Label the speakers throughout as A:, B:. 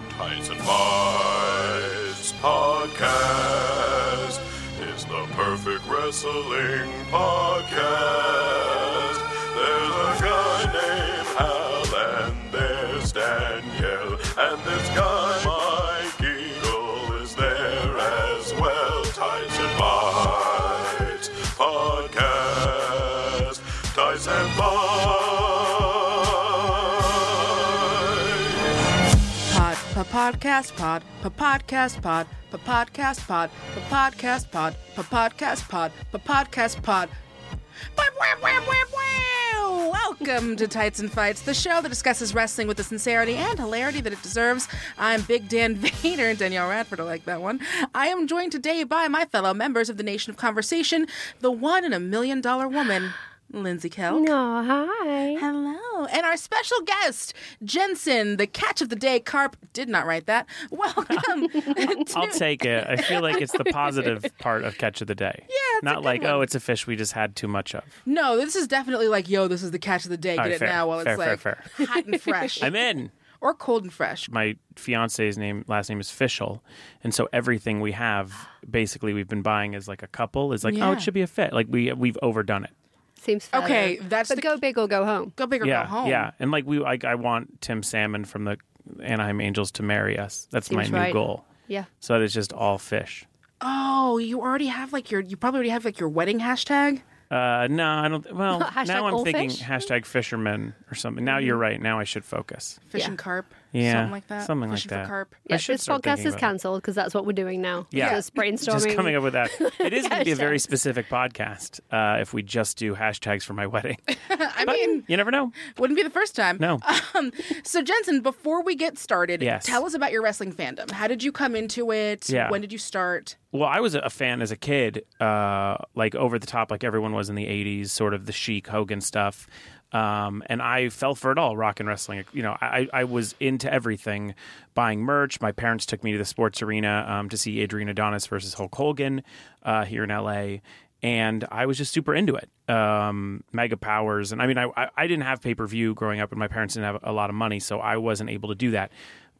A: Heights and Mights podcast is the perfect wrestling podcast. There's a guy named Hal, and there's Danielle, and this guy Mike Eagle is there as well. Heights and Mights podcast. Heights and Mights.
B: Pod, pa podcast pod, pa podcast pod, pa podcast pod, pa podcast pod, pa podcast pod, pa podcast pod. Wah, wah, wah, wah, wah. Welcome to Tights and Fights, the show that discusses wrestling with the sincerity and hilarity that it deserves. I'm Big Dan Vader and Danielle Radford. I like that one. I am joined today by my fellow members of the Nation of Conversation, the one in a million dollar woman, Lindsay Kell.
C: No, hi.
B: Hello. And our special guest, Jensen, the catch of the day carp, did not write that. Welcome. to-
D: I'll take it. I feel like it's the positive part of catch of the day. Yeah,
B: it's a
D: not
B: good
D: like
B: one.
D: oh, it's a fish we just had too much of.
B: no, this is definitely like, yo, this is the catch of the day. Get
D: right,
B: it
D: fair,
B: now while it's
D: fair,
B: like
D: fair,
B: hot and fresh.
D: I'm in.
B: or cold and fresh.
D: My fiance's name last name is Fishel, and so everything we have basically we've been buying as like a couple is like oh,
B: Yeah.
D: it should be a fit. Like we we've overdone it.
C: Seems fair.
B: Okay, that's
C: but
B: the-
C: go big or go home.
B: Go big or
D: yeah,
B: go home.
D: yeah. And like we, I, I want Tim Salmon from the Anaheim Angels to marry us. That's my
C: Seems
D: new
C: right.
D: goal.
C: Yeah,
D: So that it's just all fish.
B: Oh, you already have like your, you probably already have like your wedding hashtag.
D: Uh, no, I don't. Well,
C: Hashtag
D: now I'm
C: all
D: thinking
C: fish?
D: hashtag fisherman or something. Now you're right. Now I should focus.
B: Fish
C: Yeah.
B: and carp.
D: Yeah,
B: Something like that.
D: something like
B: Fishing
D: that.
B: for carp.
C: yeah.
D: should
C: This
D: start
C: podcast
D: thinking
C: is
D: about it.
C: cancelled because that's what we're doing now.
D: Yeah.
C: just brainstorming.
D: Just coming up with that. It is going to be a very
C: Hashtags.
D: specific podcast uh, if we just do hashtags for my wedding.
B: I mean,
D: You never know.
B: wouldn't be the first time.
D: No.
B: Um, so Jensen, before we get started,
D: Yes.
B: tell us about your wrestling fandom. How did you come into it?
D: Yeah.
B: When did you start?
D: Well, I was a fan as a kid, uh, like over the top, like everyone was in the '80s, sort of the chic Hogan stuff. Um, and I fell for it all, rock and wrestling. You know, I, I was into everything, buying merch. My parents took me to the sports arena um, to see Adrian Adonis versus Hulk Hogan uh, here in LA, and I was just super into it. Um, mega powers, and I mean, I I- I didn't have pay per view growing up, and my parents didn't have a lot of money, so I wasn't able to do that.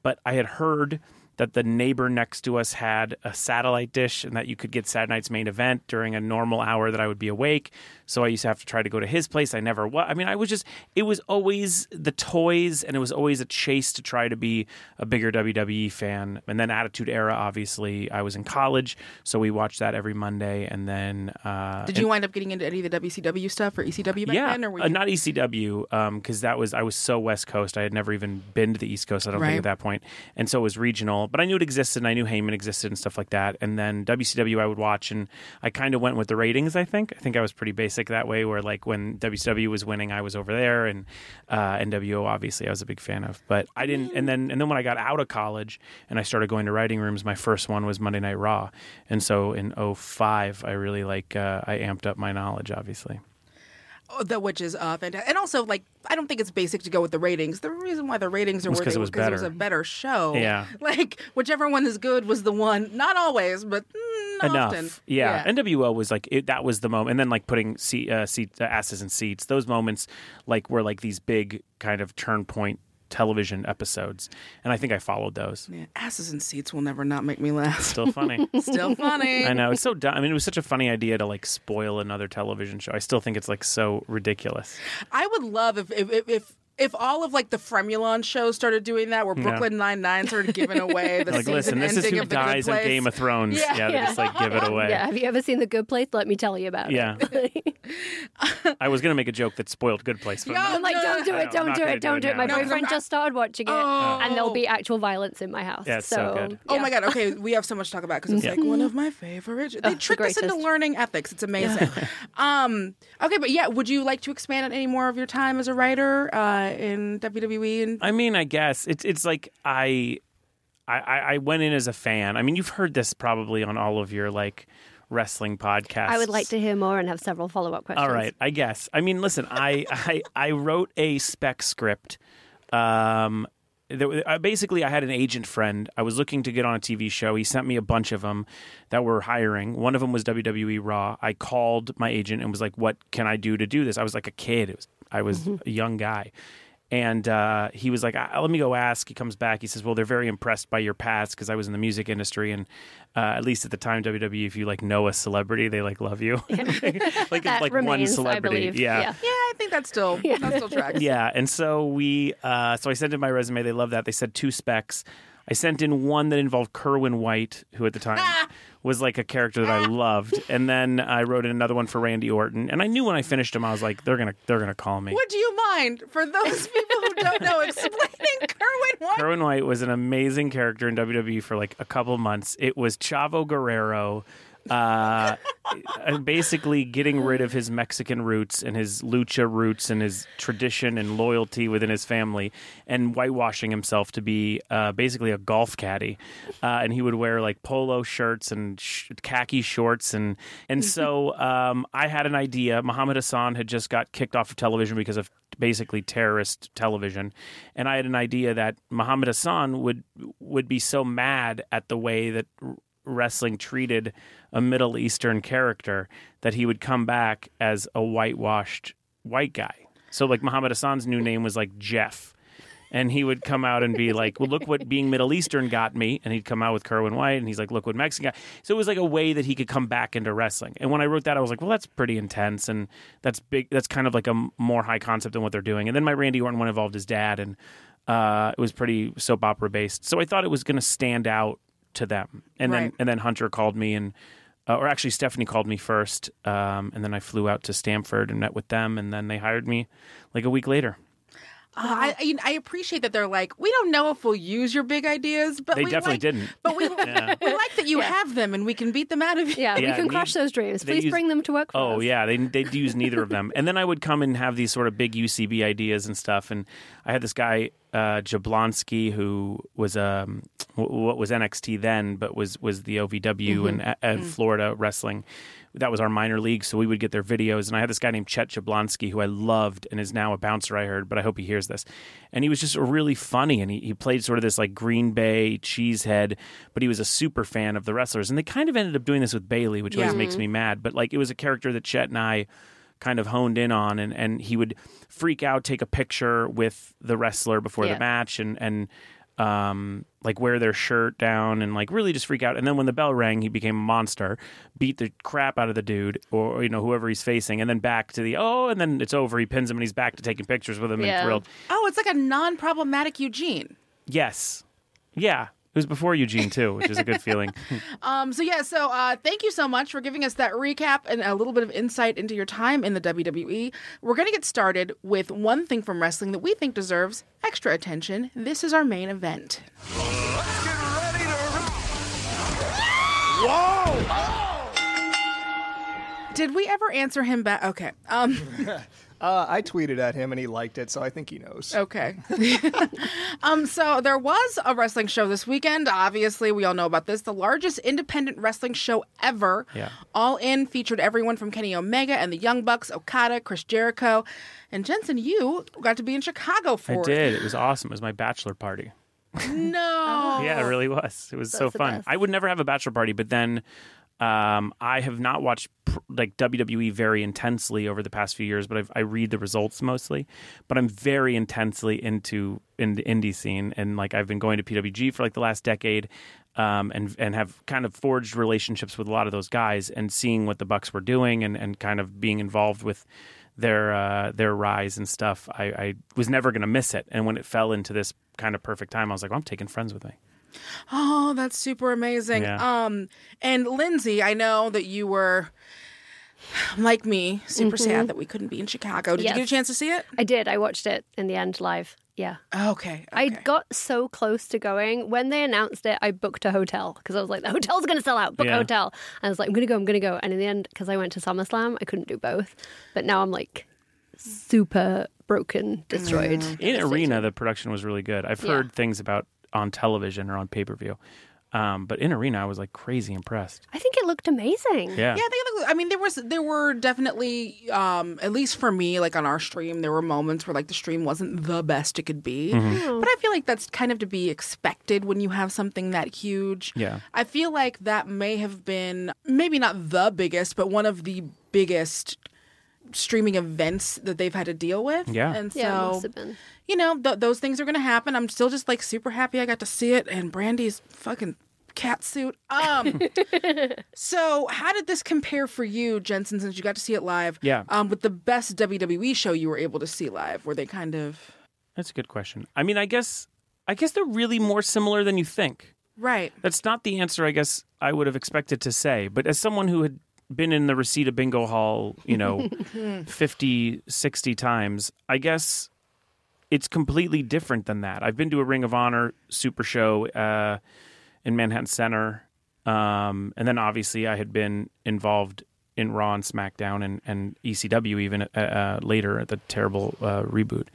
D: But I had heard that the neighbor next to us had a satellite dish and that you could get Saturday night's main event during a normal hour that I would be awake. So I used to have to try to go to his place. I never was. I mean, I was just, it was always the toys and it was always a chase to try to be a bigger WWE fan. And then Attitude Era, obviously, I was in college. So we watched that every Monday. And then, uh,
B: Did you wind up getting into any of the WCW stuff or ECW back
D: yeah,
B: then, or were
D: uh,
B: you
D: not ECW because um, that was I was so West Coast. I had never even been to the East Coast. I don't
B: Right.
D: think at that point, and so it was regional. But I knew it existed. and I knew Heyman existed and stuff like that. And then WCW I would watch, and I kind of went with the ratings. I think I think I was pretty basic that way. Where like when WCW was winning, I was over there, and uh, NWO obviously I was a big fan of. But I didn't. And then and then when I got out of college and I started going to writing rooms, my first one was Monday Night Raw, and so in '05 I really like uh, I amped up my knowledge obviously.
B: Oh, the which is uh, fantastic. And also, like, I don't think it's basic to go with the ratings. The reason why the ratings are
D: was
B: where
D: 'cause
B: they
D: it
B: were
D: was
B: it was a
D: better.
B: better show.
D: Yeah.
B: like whichever one is good was the one. Not always, but mm,
D: enough.
B: often.
D: Yeah. NWO was like it, that was the moment, and then like putting seat, uh, seat uh, asses in seats. Those moments like were like these big kind of turn point television episodes, and I think I followed those.
B: Yeah. asses and seats will never not make me laugh.
D: Still funny.
B: Still funny.
D: I know it's so dumb. I mean, it was such a funny idea to like spoil another television show. I still think it's like so ridiculous.
B: I would love if if if. if if all of like the Fremulon shows started doing that, where Brooklyn Nine Nine started giving away the
D: Like,
B: season
D: listen, this is
B: ending
D: who
B: of the Good
D: dies in
B: Place.
D: Game of Thrones.
B: Yeah.
D: Yeah, they
C: Yeah.
D: just like give it away.
C: Yeah, have you ever seen The Good Place? Let me tell you about
D: Yeah.
C: it.
D: I was gonna make a joke that spoiled Good Place. But
B: No,
D: I'm
C: I'm
D: not-
C: like, don't do
D: I know,
C: it,
D: I'm
C: don't
D: not
C: do
D: gonna
C: it,
D: do
C: don't
D: it
C: do it.
D: now.
C: My
D: No,
C: boyfriend just started watching it, and there'll be actual violence in my house.
D: Yeah, it's so good.
B: Oh
C: yeah.
B: my god! Okay, we have so much to talk about because it's
D: Yeah.
B: like one of my favorite. They
C: the
B: tricked us into
C: greatest.
B: learning ethics. It's amazing. um, okay, but yeah, would you like to expand on any more of your time as a writer uh, in WWE? And
D: I mean, I guess it's it's like I, I, I I went in as a fan. I mean, you've heard this probably on all of your like wrestling podcasts.
C: I would like to hear more and have several follow up questions.
D: All right, I guess. I mean, listen, I I I wrote a spec script. Um, there, were- I, basically, I had an agent friend. I was looking to get on a TV show. He sent me a bunch of them that were hiring. One of them was WWE Raw. I called my agent and was like, "What can I do to do this?" I was like a kid. It was I was a young guy, And uh, he was like, "Ah, "Let me go ask." He comes back. He says, "Well, they're very impressed by your past because I was in the music industry, and uh, at least at the time, WWE, if you like know a celebrity, they like love you. like
C: That
D: it's like one
C: remains, I
D: celebrity,
C: believe.
D: yeah.
B: Yeah, I think that's still that still tracks.
D: Yeah, and so we, uh, so I sent in my resume. They loved that. They said two specs. I sent in one that involved Kerwin White, who at the time was like a character that I loved, and then I wrote in another one for Randy Orton. And I knew when I finished him, I was like, they're gonna, they're gonna call me.
B: Would you mind for those people who don't know explaining Kerwin White?
D: Kerwin White was an amazing character in WWE for like a couple months. It was Chavo Guerrero. Uh, uh, basically getting rid of his Mexican roots and his lucha roots and his tradition and loyalty within his family, and whitewashing himself to be uh, basically a golf caddy. Uh, and he would wear like polo shirts and sh- khaki shorts, and and so um, I had an idea. Muhammad Hassan had just got kicked off of television because of basically terrorist television, and I had an idea that Muhammad Hassan would would be so mad at the way that wrestling treated a Middle Eastern character that he would come back as a whitewashed white guy. So like Muhammad Hassan's new name was like Jeff. And he would come out and be like, "Well, look what being Middle Eastern got me." And he'd come out with Kerwin White, and he's like, "Look what Mexican got." So it was like a way that he could come back into wrestling. And when I wrote that, I was like, "Well, that's pretty intense, and that's big. That's kind of like a m- more high concept than what they're doing." And then my Randy Orton one involved his dad, and uh, it was pretty soap opera based. So I thought it was going to stand out to them. And
B: Right.
D: then and then Hunter called me and uh, or actually Stephanie called me first, um, and then I flew out to Stamford and met with them, and then they hired me like a week later.
B: Uh, I, I- I appreciate that they're like, we don't know if we'll use your big ideas, but
D: They
B: we
D: definitely
B: like-
D: didn't.
B: But we, we like that you have them, and we can beat them out of you.
C: Yeah,
D: Yeah,
C: we can
D: we-
C: crush those dreams.
D: they
C: Please
D: use-
C: bring them to work. For
D: Oh
C: us.
D: yeah, they they'd use neither of them. And then I would come and have these sort of big UCB ideas and stuff. And I had this guy uh, Jablonski who was um w- what was NXT then, but was was the OVW
C: Mm-hmm.
D: and uh,
C: Mm.
D: and Florida wrestling. That was our minor league, so we would get their videos. And I had this guy named Chet Jablonski who I loved and is now a bouncer. I heard, but I hope he hears this. And he was just really funny, and he, he played sort of this like Green Bay cheesehead, but he was a super fan of the wrestlers. And they kind of ended up doing this with Bailey, which always
B: Yeah.
D: makes
C: Mm-hmm.
D: makes me mad. But like it was a character that Chet and I kind of honed in on and, and he would freak out, take a picture with the wrestler before
C: Yeah.
D: the match and, and um like wear their shirt down and like really just freak out. And then when the bell rang, he became a monster, beat the crap out of the dude or you know, whoever he's facing, and then back to the oh and then it's over, he pins him and he's back to taking pictures with him
C: Yeah.
D: and thrilled.
B: Oh, it's like a non-problematic Eugene.
D: Yes. Yeah. It was before Eugene too, which is a good feeling.
B: Um, so yeah, so uh, thank you so much for giving us that recap and a little bit of insight into your time in the WWE. We're gonna get started with one thing from wrestling that we think deserves extra attention. This is our main event.
A: Get ready to rock.
B: Did we ever answer him back? Okay. Um,
E: Uh, I tweeted at him and he liked it, so I think he knows.
B: Okay. um, so there was a wrestling show this weekend. Obviously, we all know about this. The largest independent wrestling show ever.
D: Yeah.
B: All in featured everyone from Kenny Omega and the Young Bucks, Okada, Chris Jericho, and Jensen. You got to be in Chicago
D: I
B: for it.
D: did. It was awesome. It was my bachelor party.
B: No.
D: Yeah, it really was. It was so
C: That's the
D: fun.
C: best.
D: I would never have a bachelor party, but then um, I have not watched pr- like WWE very intensely over the past few years. But I've, I read the results mostly. But I'm very intensely into in the indie scene, and like I've been going to PWG for like the last decade, um, and and have kind of forged relationships with a lot of those guys, and seeing what the Bucks were doing, and and kind of being involved with their uh, their rise and stuff. I, I was never going to miss it, and when it fell into this kind of perfect time, I was like, well, I'm taking friends with me.
B: Oh, that's super amazing.
D: Yeah.
B: Um, and Lindsay, I know that you were like me, super sad that we couldn't be in Chicago. Did
C: Mm-hmm. Yes.
B: you get a chance to see it?
C: I did. I watched it in the end live. Yeah.
B: Okay.
C: I
B: okay.
C: got so close to going. When they announced it, I booked a hotel because I was like, the hotel's going to sell out. Book
D: Yeah.
C: a hotel. And I was like, I'm going to go, I'm going to go. And in the end, because I went to SummerSlam, I couldn't do both. But now I'm like super broken, destroyed.
B: Mm.
D: in arena the production was really good i've heard things about on television or on pay-per-view um, but in arena i was like crazy impressed
C: I think it looked amazing.
B: Yeah,
D: yeah,
B: they look. I mean, there was there were definitely, um, at least for me, like on our stream, there were moments where like the stream wasn't the best it could be.
D: Mm-hmm.
C: Hmm.
B: But I feel like that's kind of to be expected when you have something that huge.
D: Yeah.
B: I feel like that may have been maybe not the biggest, but one of the biggest streaming events that they've had to deal with.
D: Yeah.
B: and so
C: Yeah, it must have been.
B: you know th- those things are going to happen. I'm still just like super happy I got to see it and Brandy's fucking cat suit. Um, so how did this compare for you, Jensen? Since you got to see it live,
D: Yeah.
B: um, with the best WWE show you were able to see live, where they kind of
D: That's a good question. I mean, I guess I guess they're really more similar than you think.
B: right.
D: That's not the answer I guess I would have expected to say, but as someone who had been in the Reseda Bingo Hall, you know, 50, 60 times, I guess it's completely different than that. I've been to a Ring of Honor Super Show uh, in Manhattan Center, um, and then obviously I had been involved in Raw and SmackDown and, and ECW even uh, uh, later at the terrible uh, reboot.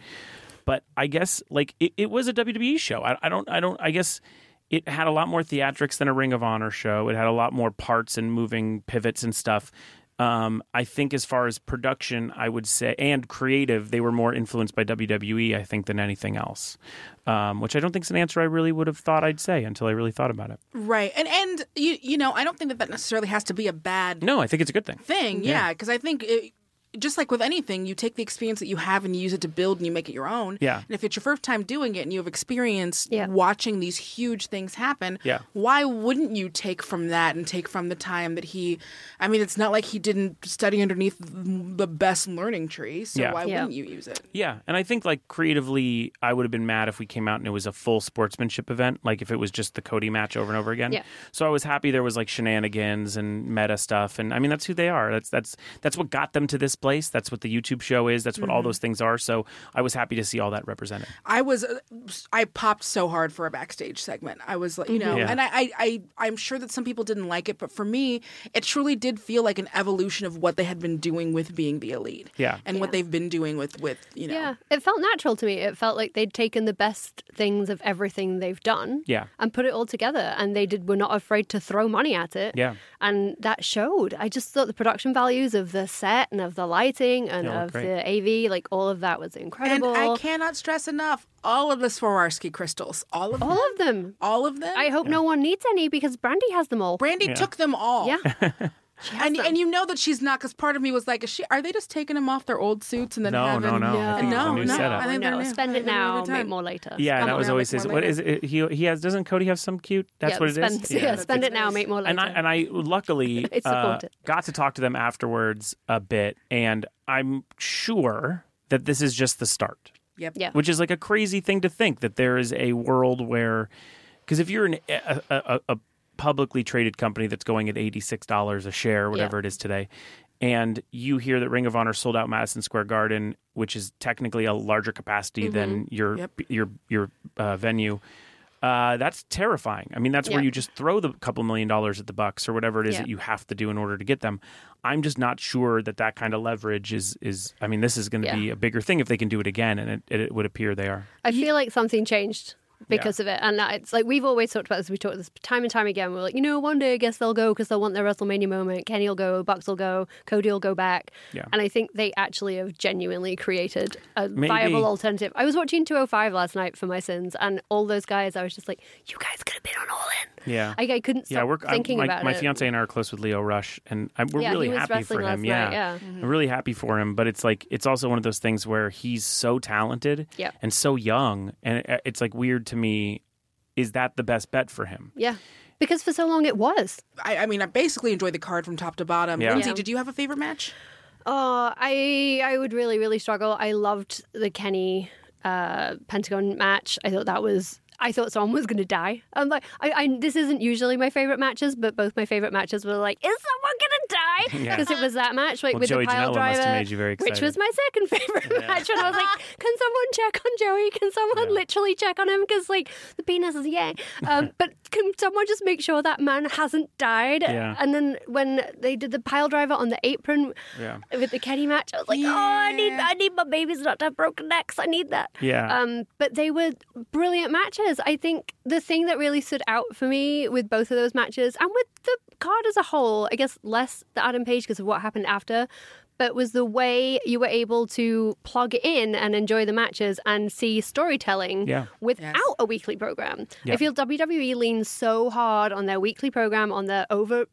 D: But I guess like it, it was a WWE show. I, I don't. I don't. I guess it had a lot more theatrics than a Ring of Honor show. It had a lot more parts and moving pivots and stuff. Um, I think as far as production, I would say, and creative, they were more influenced by WWE, I think, than anything else. Um, which I don't think is an answer I really would have thought I'd say until I really thought about it.
B: Right. And and you you know, I don't think that that necessarily has to be a bad
D: No, I think it's a good thing.
B: thing. Yeah, cuz I think it, just like with anything, you take the experience that you have and you use it to build and you make it your own.
D: Yeah.
B: And if it's your first time doing it and you have experienced
C: Yeah.
B: watching these huge things happen,
D: Yeah.
B: why wouldn't you take from that and take from the time that he I mean, it's not like he didn't study underneath the best learning tree, so
D: Yeah.
B: why
C: Yeah.
B: wouldn't you use it?
D: Yeah, and I think like creatively, I would have been mad if we came out and it was a full sportsmanship event, like if it was just the Cody match over and over again.
C: Yeah.
D: So I was happy there was like shenanigans and meta stuff, and I mean that's who they are. That's that's that's what got them to this place. That's what the YouTube show is. That's what
B: Mm-hmm.
D: all those things are. So I was happy to see all that represented.
B: I was uh, I popped so hard for a backstage segment. I was like, you know,
D: Mm-hmm. Yeah.
B: and I, I I I'm sure that some people didn't like it, but for me, it truly did feel like an evolution of what they had been doing with being the elite.
D: Yeah.
B: And what they've been doing with with, you know.
C: Yeah, it felt natural to me. It felt like they'd taken the best things of everything they've done,
D: Yeah.
C: and put it all together. And they did were not afraid to throw money at it,
D: Yeah.
C: And that showed. I just thought the production values of the set and of the lighting and
D: Yeah, it
C: of
D: looked
C: the AV, like all of that was
B: And
C: incredible.
B: I cannot stress enough all of the Swarovski crystals, all of them,
C: all of them.
B: all of them.
C: I hope no one needs any because Brandy has them all.
B: Brandy took them all.
C: yeah,
B: And and you know that she's not because part of me was like, is she? Are they just taking them off their old suits and then
D: No,
B: having?
D: no, no. I think it's a
B: No,
D: new
B: no.
D: setup.
B: I think they're
C: no.
B: new. I
C: Spend
B: think
C: it
B: they're
C: now,
B: new
C: make
B: time.
C: more later.
D: Yeah, and
B: Come
D: that was
B: around
D: always
B: with
D: his.
B: more
D: What
B: later.
D: is it? He he has doesn't Cody have some cute? That's
C: yeah,
D: what it is.
C: spend, Yeah, spend it now, make more later.
D: and I and I look- luckily
C: It's
D: uh,
C: supported.
D: got to talk to them afterwards a bit, and I'm sure that this is just the start,
B: Yep.
C: Yeah.
D: which is like a crazy thing to think that there is a world where, because if you're an, a, a, a publicly traded company that's going at eighty six dollars a share, whatever it is today. And you hear that Ring of Honor sold out Madison Square Garden, which is technically a larger capacity than your
B: Yep.
D: your your uh, venue. Uh, that's terrifying. I mean, that's where
C: Yeah.
D: you just throw the couple million dollars at the Bucks or whatever it is
C: Yeah.
D: that you have to do in order to get them. I'm just not sure that that kind of leverage is is. I mean, this is going to
C: Yeah.
D: be a bigger thing if they can do it again, and it, it would appear they are.
C: I feel like something changed because of it. And that- it's like we've always talked about this. We talked this time and time again. We're like, you know, one day I guess they'll go because they'll want their WrestleMania moment. Kenny will go, Bucks will go, Cody will go back.
D: Yeah.
C: And I think they actually have genuinely created a
D: Maybe.
C: viable alternative. I was watching 205 last night for my sins, and all those guys, I was just like, you guys could have been on All In.
D: Yeah.
C: I, I couldn't stop
D: yeah, we're
C: thinking
D: I, my,
C: about
D: my
C: it.
D: fiance and I are close with Leo Rush, and I, we're
C: Yeah, he
D: really
C: was
D: happy for
C: wrestling
D: him.
C: last
D: yeah,
C: night, yeah.
D: I'm really happy for him. But it's like it's also one of those things where he's so talented
C: Yep.
D: and so young, and it, it's like weird to me. Is that the best bet for him?
C: Yeah. Because for so long it was.
B: I, I mean, I basically enjoyed the card from top to bottom.
D: Yeah.
B: Lindsay,
C: Yeah.
B: did you have a favorite match?
C: Oh, I I would really really struggle. I loved the Kenny uh, Pentagon match. I thought that was. I thought someone was going to die. I'm like, I, I, this isn't usually my favorite matches, but both my favorite matches were like, is someone going to die?
D: Yeah.
C: Because it was that match, like
D: Well,
C: with
D: Joey
C: the pile
D: Janela must have
C: driver,
D: made you very
C: which was
D: excited.
C: my second favorite match. And I was like, can someone check on Joey? Can someone literally check on him? Because like the penis is yay. Um, but can someone just make sure that man hasn't died?
D: Yeah.
C: And then when they did the pile driver on the apron,
D: Yeah.
C: with the Kenny match. I was like, oh, I need, I need my babies not to have broken necks. I need that.
D: Yeah.
C: Um, but they were brilliant matches. I think the thing that really stood out for me with both of those matches and with the card as a whole, I guess less the Adam Page because of what happened after, but was the way you were able to plug in and enjoy the matches and see storytelling
D: Yeah.
C: without
B: Yes.
C: a weekly program.
D: Yeah.
C: E I feel WWE leans so hard on their weekly program, on their over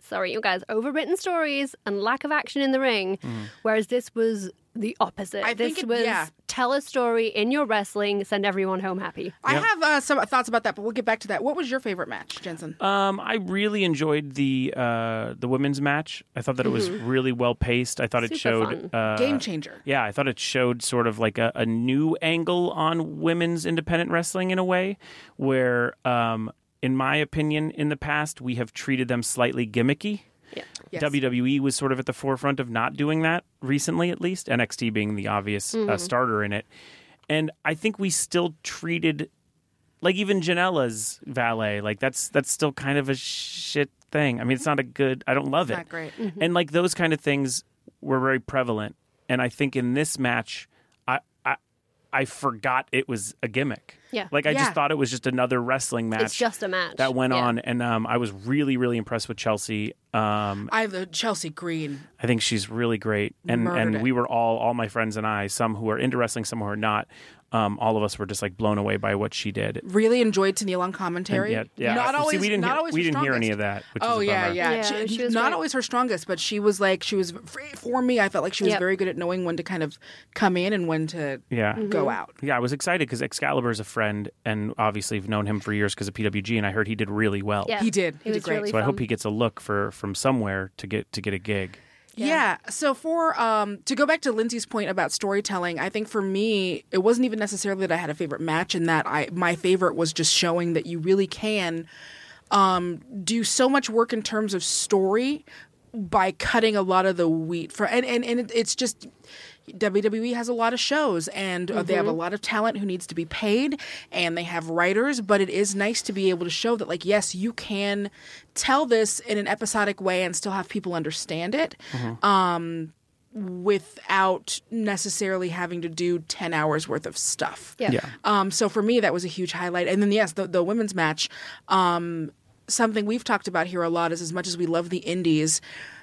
C: sorry, you guys, overwritten stories and lack of action in the ring.
D: Mm.
C: Whereas this was the opposite.
B: I
C: this
B: think it-
C: was
B: yeah.
C: tell a story in your wrestling, send everyone home happy.
B: I have uh, some thoughts about that, but we'll get back to that. What was your favorite match, Jensen?
D: Um, I really enjoyed the uh, the women's match. I thought that it was really well paced. I thought
C: Super
D: it showed uh,
B: Game changer.
D: Yeah, I thought it showed sort of like a, a new angle on women's independent wrestling in a way where, um, in my opinion, in the past we have treated them slightly gimmicky.
C: Yeah.
B: Yes.
D: WWE was sort of at the forefront of not doing that recently, at least. NXT being the obvious uh, starter in it, and I think we still treated like even Janela's valet, like that's that's still kind of a shit thing. I mean, it's not a good. I don't love it.
B: Not great.
D: Mm-hmm. And like those kind of things were very prevalent. And I think in this match, I I, I forgot it was a gimmick.
C: Yeah.
D: Like I
B: Yeah.
D: just thought it was just another wrestling match.
C: It's just a match.
D: that went
C: Yeah.
D: on, and um, I was really, really impressed with Chelsea. Um,
B: I have the Chelsea Green.
D: I think she's really great, and
B: Murdered
D: and
B: it.
D: we were all, all my friends and I, some who are into wrestling, some who are not. Um, all of us were just like blown away by what she did.
B: Really enjoyed Tennille on commentary.
D: Yeah, yeah.
B: Not
D: See,
B: always.
D: we didn't
B: not
D: hear,
B: always
D: we
B: her
D: didn't hear any
B: strongest.
D: of that. Which
B: Oh
D: is a
B: yeah,
D: bummer.
B: yeah.
C: Yeah,
B: She-
C: she was
B: not
C: great.
B: always her strongest, but she was like she was f- for me. I felt like she was
C: Yep.
B: very good at knowing when to kind of come in and when to
D: yeah.
B: go out.
D: Yeah, I was excited because Excalibur is a friend, and obviously I've known him for years because of PWG, and I heard he did really well.
C: Yeah.
B: He did.
C: It
B: He did
C: was
B: great.
C: really
D: So I hope
C: fun.
D: he gets a look for from somewhere to get to get a gig.
B: Yeah. So for um to go back to Lindsay's point about storytelling, I think for me it wasn't even necessarily that I had a favorite match in that I my favorite was just showing that you really can um do so much work in terms of story by cutting a lot of the wheat for and and, and it, it's just WWE has a lot of shows and uh, they have a lot of talent who needs to be paid and they have writers, but it is nice to be able to show that, like, yes, you can tell this in an episodic way and still have people understand it um, without necessarily having to do 10 hours worth of stuff.
C: Yeah.
D: Yeah.
B: Um, so for me, that was a huge highlight. And then, yes, the, the women's match. Um, something we've talked about here a lot is as much as we love the indies,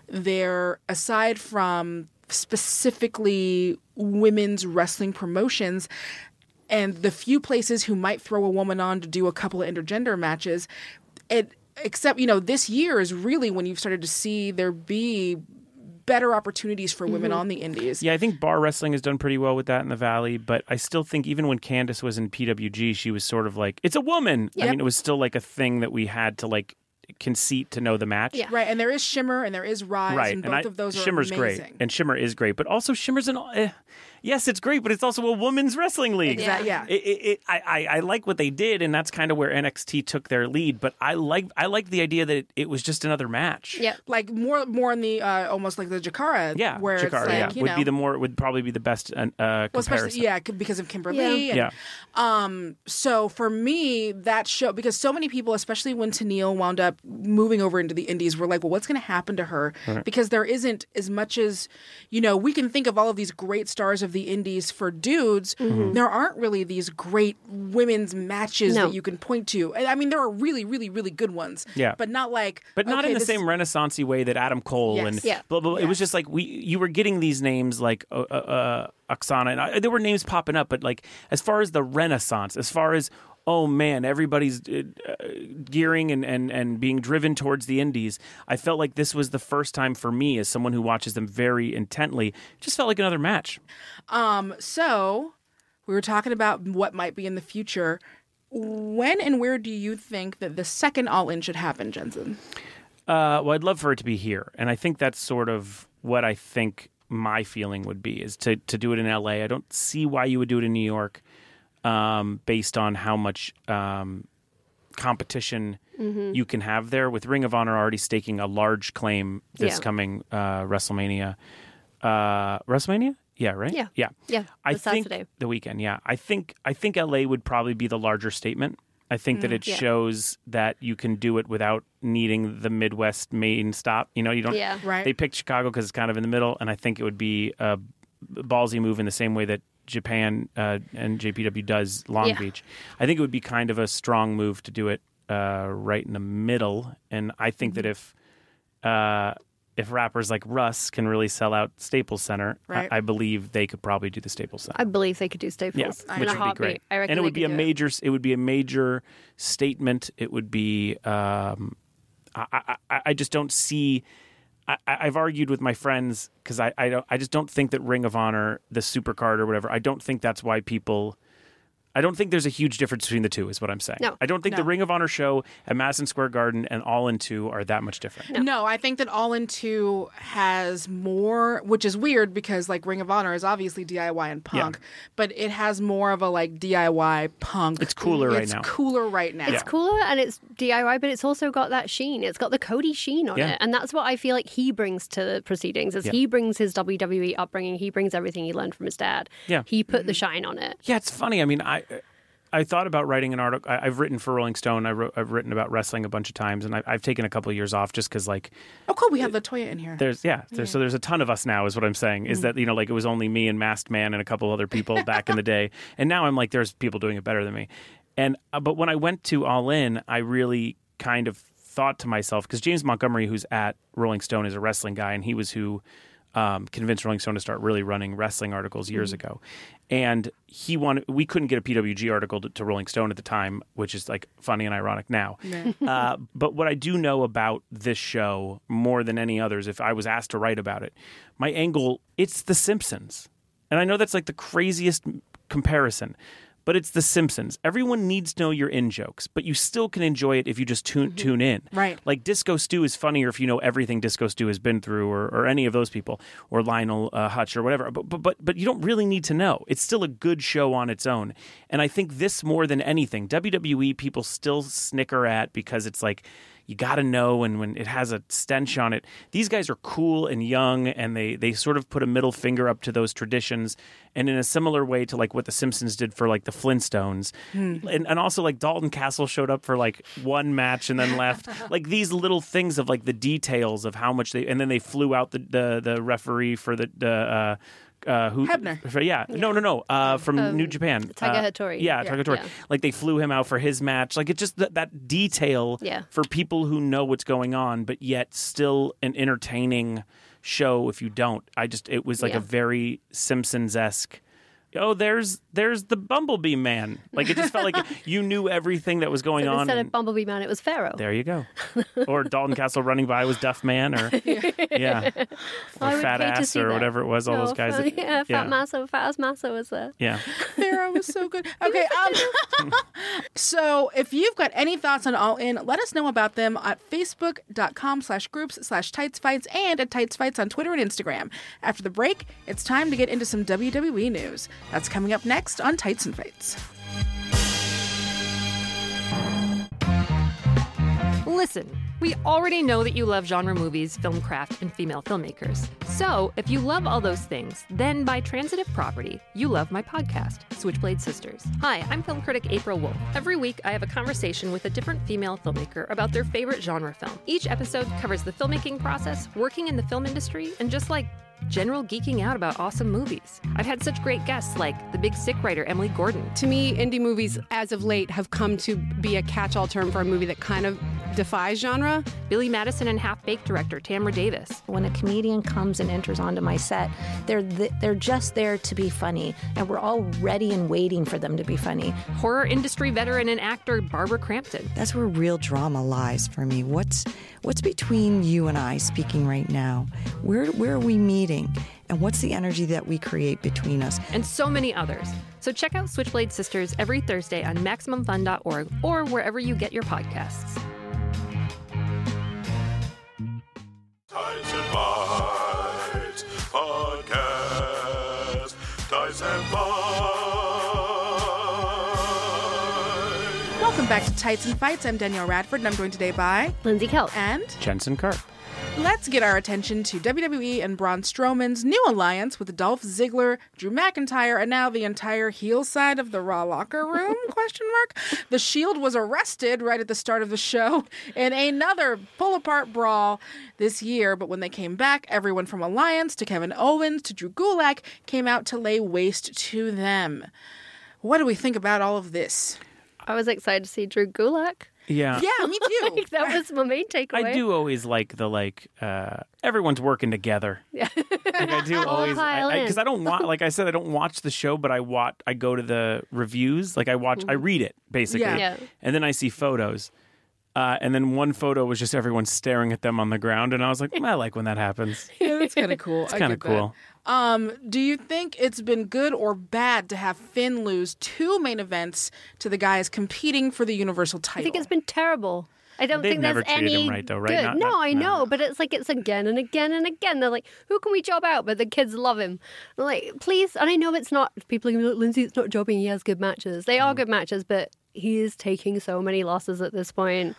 B: they're aside from specifically women's wrestling promotions and the few places who might throw a woman on to do a couple of intergender matches, it except you know this year is really when you've started to see there be better opportunities for women on the indies.
D: Mm-hmm. Yeah, I think bar wrestling has done pretty well with that in the valley, but I still think even when Candace was in PWG, she was sort of like, "It's a woman." I mean, it was still like a thing that we had to like conceit to know the match.
C: Yeah.
B: Right, and there is Shimmer and there is Rise,
D: Right,
B: and both
D: I-
B: of those are
D: Shimmer's
B: amazing.
D: great, and Shimmer is great, but also Shimmer's an eh, yes, it's great, but it's also a women's wrestling league.
B: Exact- Yeah. yeah.
D: It, it, it, I, I, I like what they did, and that's kind of where NXT took their lead. But I like I like the idea that it, was just another match.
C: Yeah.
B: like more more in the uh, almost like the Jakara,
D: yeah,
B: where it's
D: Chikara,
B: like
D: yeah.
B: you
D: would
B: know,
D: be the more would probably be the best uh, comparison.
B: well, especially yeah c- because of Kimberly.
C: Yeah.
B: And,
D: Yeah.
B: Um. So for me, that show because so many people, especially when Tennille wound up moving over into the Indies, were like, "Well, what's going to happen to her?" Because there isn't as much as you know. We can think of all of these great stars of the Indies for dudes.
C: Mm-hmm.
D: Mm-hmm.
B: There aren't really these great women's matches
C: No.
B: that you can point to. And, I mean, there are really, really, really good ones.
D: Yeah.
B: But not like.
D: But not
B: okay,
D: in the
B: this-
D: same renaissancey way that Adam Cole
B: Yes.
D: and
C: Yeah.
D: blah blah. blah. It was
B: Yeah.
D: just like we you were getting these names like uh, uh, uh, Oksana and I, there were names popping up, but like as far as the Renaissance, as far as oh man, everybody's uh, uh, gearing and, and and being driven towards the Indies. I felt like this was the first time for me as someone who watches them very intently. Just felt like another match.
B: So, we were talking about what might be in the future. When and where do you think that the second all in should happen, Jensen?
D: Uh, well, I'd love for it to be here, and I think that's sort of what I think my feeling would be is to to do it in L.A. I don't see why you would do it in New York, um, based on how much um, competition
C: Mm-hmm.
D: you can have there. With Ring of Honor already staking a large claim this
C: Yeah.
D: coming uh, WrestleMania, uh, WrestleMania, yeah, right,
C: Yeah.
D: yeah,
C: Yeah.
D: I
C: the
D: think
C: Saturday.
D: the weekend. Yeah, I think I think LA would probably be the larger statement. I think that it
C: Mm, yeah.
D: shows that you can do it without needing the Midwest main stop. You know, you don't.
C: Yeah.
B: Right.
D: They picked Chicago because it's kind of in the middle, and I think it would be a ballsy move in the same way that Japan uh, and JPW does Long
C: Yeah.
D: Beach. I think it would be kind of a strong move to do it uh, right in the middle, and I think that if
C: Mm-hmm.
D: uh, if rappers like Russ can really sell out Staples Center, I-
B: Right.
D: I, believe they could probably do the Staples Center.
C: I believe they could do Staples
D: yeah,
C: in
D: which
C: a
D: would be
C: heartbeat.
D: great.
C: I reckon
D: and it
C: they
D: would be
C: could
D: a
C: do
D: major. It. would be a major statement. It would be. Um, I, I, I just don't see. I, I- I've argued with my friends because I, I don't. I just don't think that Ring of Honor, the supercard or whatever. I don't think that's why people. I don't think there's a huge difference between the two. Is what I'm saying.
C: No.
D: I don't think the Ring of Honor show at Madison Square Garden and All in Two are that much different.
B: No. I think that All in Two has more, which is weird because like Ring of Honor is obviously DIY and punk, but it has more of a like DIY punk.
D: It's cooler right
B: It's
D: now.
B: cooler right now.
C: It's cooler and it's DIY, but it's also got that sheen. It's got the Cody sheen on
D: Yeah.
C: it, and that's what I feel like he brings to the proceedings. Is he brings his WWE upbringing, he brings everything he learned from his dad.
D: Yeah.
C: he put
B: Mm-hmm.
C: the shine on it.
D: Yeah, it's funny. I mean, I I thought about writing an article. I, I've written for Rolling Stone. I wrote, I've written about wrestling a bunch of times, and I, I've taken a couple of years off just because, like,
B: Oh, cool. We have Latoya in here.
D: there's yeah, there's, so there's a ton of us now. Is what I'm saying is that you know, like, it was only me and Masked Man and a couple other people back in the day, and now I'm like, there's people doing it better than me. And uh, but when I went to All In, I really kind of thought to myself because James Montgomery, who's at Rolling Stone, is a wrestling guy, and he was who um, convinced Rolling Stone to start really running wrestling articles years ago. And he wanted, we couldn't get a PWG article to, to Rolling Stone at the time, which is like funny and ironic now. uh, but what I do know about this show more than any others, if I was asked to write about it, my angle, it's The Simpsons. And I know that's like the craziest m- comparison, but it's The Simpsons. Everyone needs to know your in jokes, but you still can enjoy it if you just tune tune in.
B: Right.
D: Like Disco Stew is funnier if you know everything Disco Stew has been through, or, or any of those people, or Lionel uh, Hutch, or whatever. But, but but but you don't really need to know. It's still a good show on its own. And I think this more than anything, WWE people still snicker at because it's like you got to know and when it has a stench on it these guys are cool and young and they they sort of put a middle finger up to those traditions and in a similar way to like what the simpsons did for like the flintstones and, and also like dalton castle showed up for like one match and then left like these little things of like the details of how much they and then they flew out the the, the referee for the, the uh uh, who?
B: Hebner.
D: for- yeah. no, no, no. Uh, from New Japan,
C: Taiga
D: Uh,
C: Hattori.
D: Yeah,
C: Yeah.
D: Taiga Hattori.
C: Yeah.
D: Like they flew him out for his match. Like it's just that, that detail
C: Yeah.
D: for people who know what's going on, but yet still an entertaining show if you don't. I just it was like
C: Yeah.
D: a very Simpsons esque. Oh, there's there's the Bumblebee Man. Like it just felt like you knew everything that was going on.
C: Instead
D: and-
C: of Bumblebee Man, it was Pharaoh.
D: there you go. Or Dalton Castle running by was Duff Man, or yeah,
C: I
D: or
C: would
D: Fat
C: hate to
D: Ass,
C: see
D: or
C: that.
D: whatever it was. All
C: No,
D: those guys.
C: Oh, Fat-
D: that-
C: yeah, Fat Massa, Fat Ass Massa was there.
D: Yeah.
B: Pharaoh was so good. Okay. Um, so if you've got any thoughts on All In, let us know about them at facebook.com slash groups slash tights fights and at tights fights on Twitter and Instagram. After the break, it's time to get into some WWE news. That's coming up next on Tights and Fights.
F: Listen, we already know that you love genre movies, film craft, and female filmmakers. So, if you love all those things, then by transitive property, you love my podcast, Switchblade Sisters. Hi, I'm film critic April Wolf. Every week, I have a conversation with a different female filmmaker about their favorite genre film. Each episode covers the filmmaking process, working in the film industry, and just like general geeking out about awesome movies. I've had such great guests like the big sick writer Emily Gordon,
G: To me, indie movies as of late have come to be a catch all term for a movie that kind of defies genre.
F: Billy Madison and Half Baked director Tamra Davis,
H: When a comedian comes and enters onto my set, they're th- they're just there to be funny, and we're all ready and waiting for them to be funny.
F: horror industry veteran and actor Barbara Crampton,
I: That's where real drama lies for me. What's what's between you and I speaking right now? Where where are we meeting? And what's the energy that we create between us?
F: and so many others. So check out Switchblade Sisters every Thursday on MaximumFun.org or wherever you get your podcasts.
A: Ties and Bites Podcast. Ties and Bites.
B: Welcome back to Tights and Fights. I'm Danielle Radford and I'm joined today by
C: Lindsay Kelp.
B: and
D: Jensen Karp.
B: Let's get our attention to WWE and Braun Strowman's new alliance with Dolph Ziggler, Drew McIntyre, and now the entire heel side of the Raw locker room? question mark. The Shield was arrested right at the start of the show in another pull apart brawl this year, but when they came back, everyone from Alliance to Kevin Owens to Drew Gulak came out to lay waste to them. What do we think about all of this?
C: I was excited to see Drew Gulak.
D: Yeah.
B: Yeah, me too.
C: That was my main takeaway.
D: I do always like the like uh, everyone's working together. Yeah, like I do always
C: pile
D: because I,
C: in.
D: don't want like I said I don't watch the show, but I watch I go to the reviews. Like I watch I read it basically,
B: Yeah.
C: Mm-hmm. Yeah.
D: and then I see photos. Uh, and then one photo was just everyone staring at them on the ground, and I was like, "Mm, I like when that happens.
B: Yeah, that's kind of cool.
D: It's kind of cool.
B: Um, do you think it's been good or bad to have Finn lose two main events to the guys competing for the Universal title?
C: I think it's been terrible. I don't
D: They've
C: think there's
D: never treated him
C: any
D: right, though, right?
C: good.
D: Not-
C: no,
D: not-
C: I
D: no.
C: know, but it's like it's again and again and again. They're like, who can we job out? But the kids love him. They're like, please. And I know it's not. People are gonna be like, Lindsay, it's not jobbing. He has good matches. They
D: Mm.
C: are good matches, but he is taking so many losses at this point.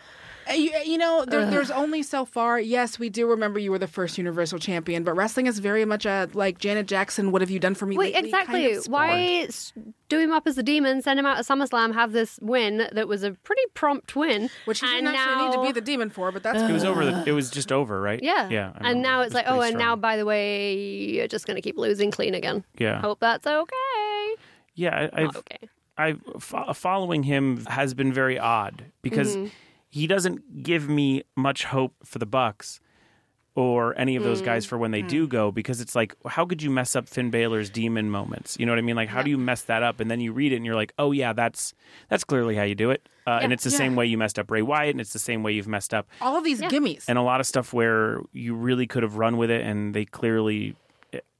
B: Uh, You, you know, there, there's only so far. Yes, we do remember you were the first Universal Champion, but wrestling is very much a like Janet Jackson. What have you done for me?
C: Wait,
B: lately kind
C: exactly.
B: of
C: Why s- do him up as the demon, send him out to SummerSlam, have this win that was a pretty prompt win,
B: sport. Which he
C: and
B: didn't actually need to be
C: now-
B: the demon for, but that's
D: It was over. The, it was just over, right?
C: Yeah.
D: Yeah. I
C: and
D: remember.
C: now
D: It
C: it's
D: was
C: like, oh,
D: pretty
C: and now,
D: strong.
C: by the way, you're just going to keep losing clean again.
D: Yeah.
C: Hope that's okay.
D: Yeah. I,
C: Not
D: I've,
C: okay.
D: I fo- following him has been very odd because he doesn't give me much hope for the Bucks or any of those guys for when they do go because it's like how could you mess up Finn Balor's demon moments? You know what I mean? Like how do you mess that up? And then you read it and you're like, oh yeah, that's that's clearly how you do it. Uh, And it's the same way you messed up Ray Wyatt, and it's the same way you've messed up
B: all of these gimmies.
D: and a lot of stuff where you really could have run with it and they clearly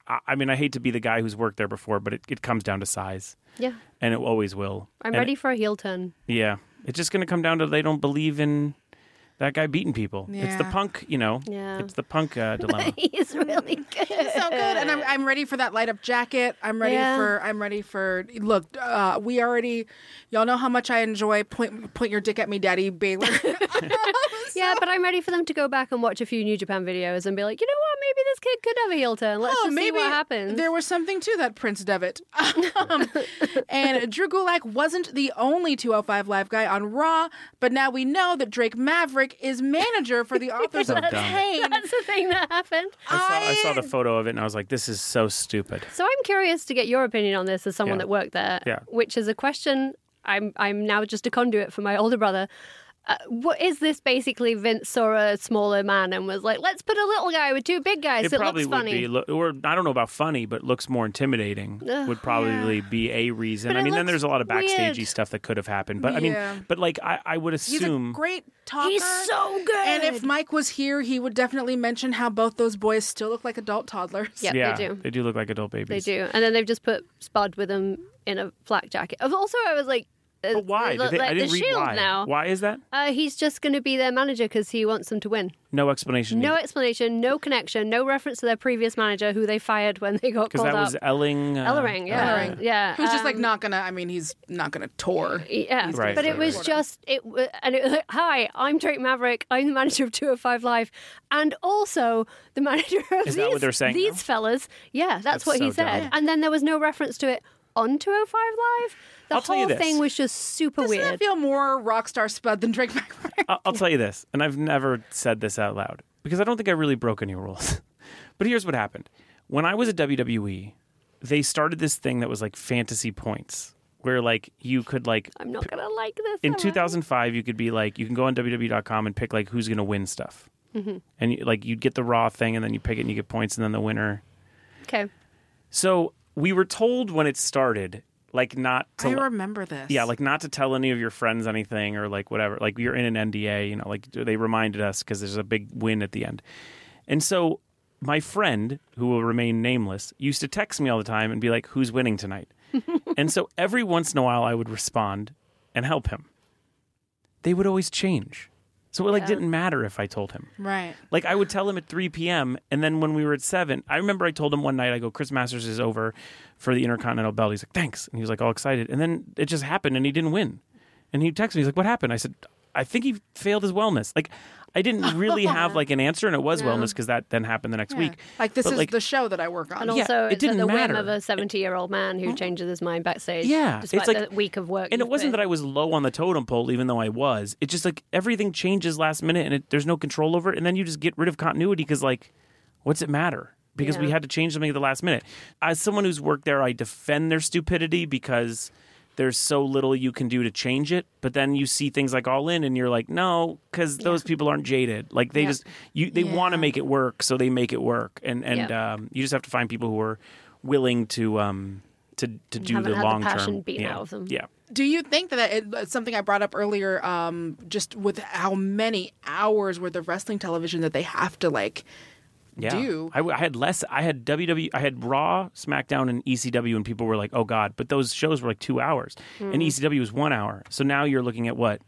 D: I I mean, I hate to be the guy who's worked there before, but it, it comes down to size,
C: Yeah.
D: and it always will.
C: I'm
D: And-
C: ready for a heel turn.
D: yeah. It's just going to come down to they don't believe in that guy beating people. It's the
B: Yeah.
D: punk, you know.
C: Yeah.
D: It's the punk uh, dilemma.
C: He's really good.
B: so good, and I'm, I'm ready for that light up jacket. I'm ready
C: Yeah.
B: for. I'm ready for. Look, uh, we already. Y'all know how much I enjoy. Point point your dick at me, Daddy Baylor.
C: yeah, but I'm ready for them to go back and watch a few New Japan videos and be like, you know what? Maybe this kid could have a heel turn. Let's just see what happens.
B: Oh, There was something to that Prince Devitt. Um, and Drew Gulak wasn't the only 205 Live guy on Raw, but now we know that Drake Maverick is manager for the
C: Oh,
B: authors of
D: So dumb.
B: Pain.
C: That's the thing that happened.
D: I, saw, I saw the photo of it and I was like, this is so stupid.
C: So I'm curious to get your opinion on this as someone
D: Yeah.
C: that worked there,
D: Yeah.
C: which is a question I'm I'm now just a conduit for my older brother. Uh, what is this basically? Vince saw a smaller man and was like, "Let's put a little guy with two big guys.
D: it
C: It,
D: probably
C: looks
D: would
C: funny."
D: be, lo- or I don't know about funny, but looks more intimidating would probably be a reason.
C: But
D: I
C: it
D: mean, then
C: looks
D: there's a lot of backstagey
C: weird.
D: stuff that could have happened. But I
B: Yeah.
D: mean, but like, I, I would
B: He's
D: assume.
B: a great talker.
C: He's so good.
B: And if Mike was here, he would definitely mention how both those boys still look like adult toddlers.
C: yeah,
D: yeah,
C: they do.
D: look like adult babies.
C: They do. And then they've just put Spud with him in a flak jacket. Of- Also, I was like, uh,
D: But why?
C: they
D: Did
C: look
D: they-
C: like
D: I
C: the
D: didn't read
C: shield
D: why.
C: now.
D: Why is that?
C: Uh, he's just going to be their manager because he wants them to win.
D: No explanation.
C: No explanation, no connection, no reference to their previous manager who they fired when they got
D: because
C: called
D: that
C: up.
D: was Elling. Uh,
C: Ellering, yeah,
B: Ellering.
C: yeah.
B: Who's just like
C: um,
B: not gonna? I mean, he's not gonna tour.
C: Yeah,
D: Right,
C: but it
D: right,
C: was
D: right.
C: just it. wa- And it was like, hi, I'm Drake Maverick. I'm the manager of 205 Live, and also the manager of
D: Is
C: these,
D: that what they're saying
C: these
D: now?
C: fellas. Yeah, that's,
D: That's
C: what he
D: so
C: said.
D: dumb.
C: And then there was no reference to it on 205 Live. The
D: I'll tell you
C: whole
D: this.
C: thing was just super
B: Doesn't that
C: weird.
B: feel more rock star Spud than Drake Maverick?
D: I'll, I'll tell you this, and I've never said this out loud because I don't think I really broke any rules. but here's what happened: when I was at WWE, they started this thing that was like fantasy points, where like you could like
C: I'm not gonna like this.
D: in
C: am I?
D: 2005 you could be like you can go on WWE.com and pick like who's going to win stuff,
C: Mm-hmm.
D: and you, like you'd get the Raw thing, and then you pick it and you get points, and then the winner.
C: Okay.
D: So we were told when it started, like not to
B: I remember this.
D: Yeah, like not to tell any of your friends anything or like whatever. Like you're in an NDA, you know, like they reminded us because there's a big win at the end. And so my friend, who will remain nameless, used to text me all the time and be like, who's winning tonight? and so every once in a while I would respond and help him. They would always change. So it like didn't matter if I told him.
B: right.
D: Like I would tell him at 3 p.m. and then when we were at 7, I remember I told him one night I go Chris Masters is over for the Intercontinental Belt. He's like, "Thanks." And he was like all excited. And then it just happened and he didn't win. And he texted me he's like, "What happened?" I said, "I think he failed his wellness." Like I didn't really have like an answer and it was wellness because that then happened the next
B: Yeah.
D: week.
B: Like this
D: But,
B: is the show that I work on.
C: And
D: Yeah,
C: also,
D: it
C: it's at
D: didn't
C: the
D: matter.
C: whim of a 70 year old man who changes his mind backstage.
D: Yeah,
C: despite
D: it's like-
C: the week of work.
D: and it
C: you've
D: wasn't
C: put
D: that I was low on the totem pole, even though I was. It's just like everything changes last minute, and it, there's no control over it. And then you just get rid of continuity because, like, what's it matter? Because we
C: Yeah.
D: had to change something at the last minute. As someone who's worked there, I defend their stupidity because there's so little you can do to change it. But then you see things like All In, and you're like, no, because those people aren't jaded. Like they just you they want to make it work, so they make it work. And and
C: Yeah.
D: um, you just have to find people who are willing to. Um, to to do
C: haven't
D: the
C: had the
D: long
C: passion
D: term.
C: beaten
D: yeah.
C: out of them.
D: Yeah.
B: Do you think that it, it's something I brought up earlier, um, just with how many hours worth of wrestling television that they have to like
D: Yeah.
B: do?
D: I, w- I had less. I had WWE. I had Raw, SmackDown, and ECW, and people were like, "Oh God!" But those shows were like two hours,
B: Hmm.
D: and ECW was one hour. So now you're looking at what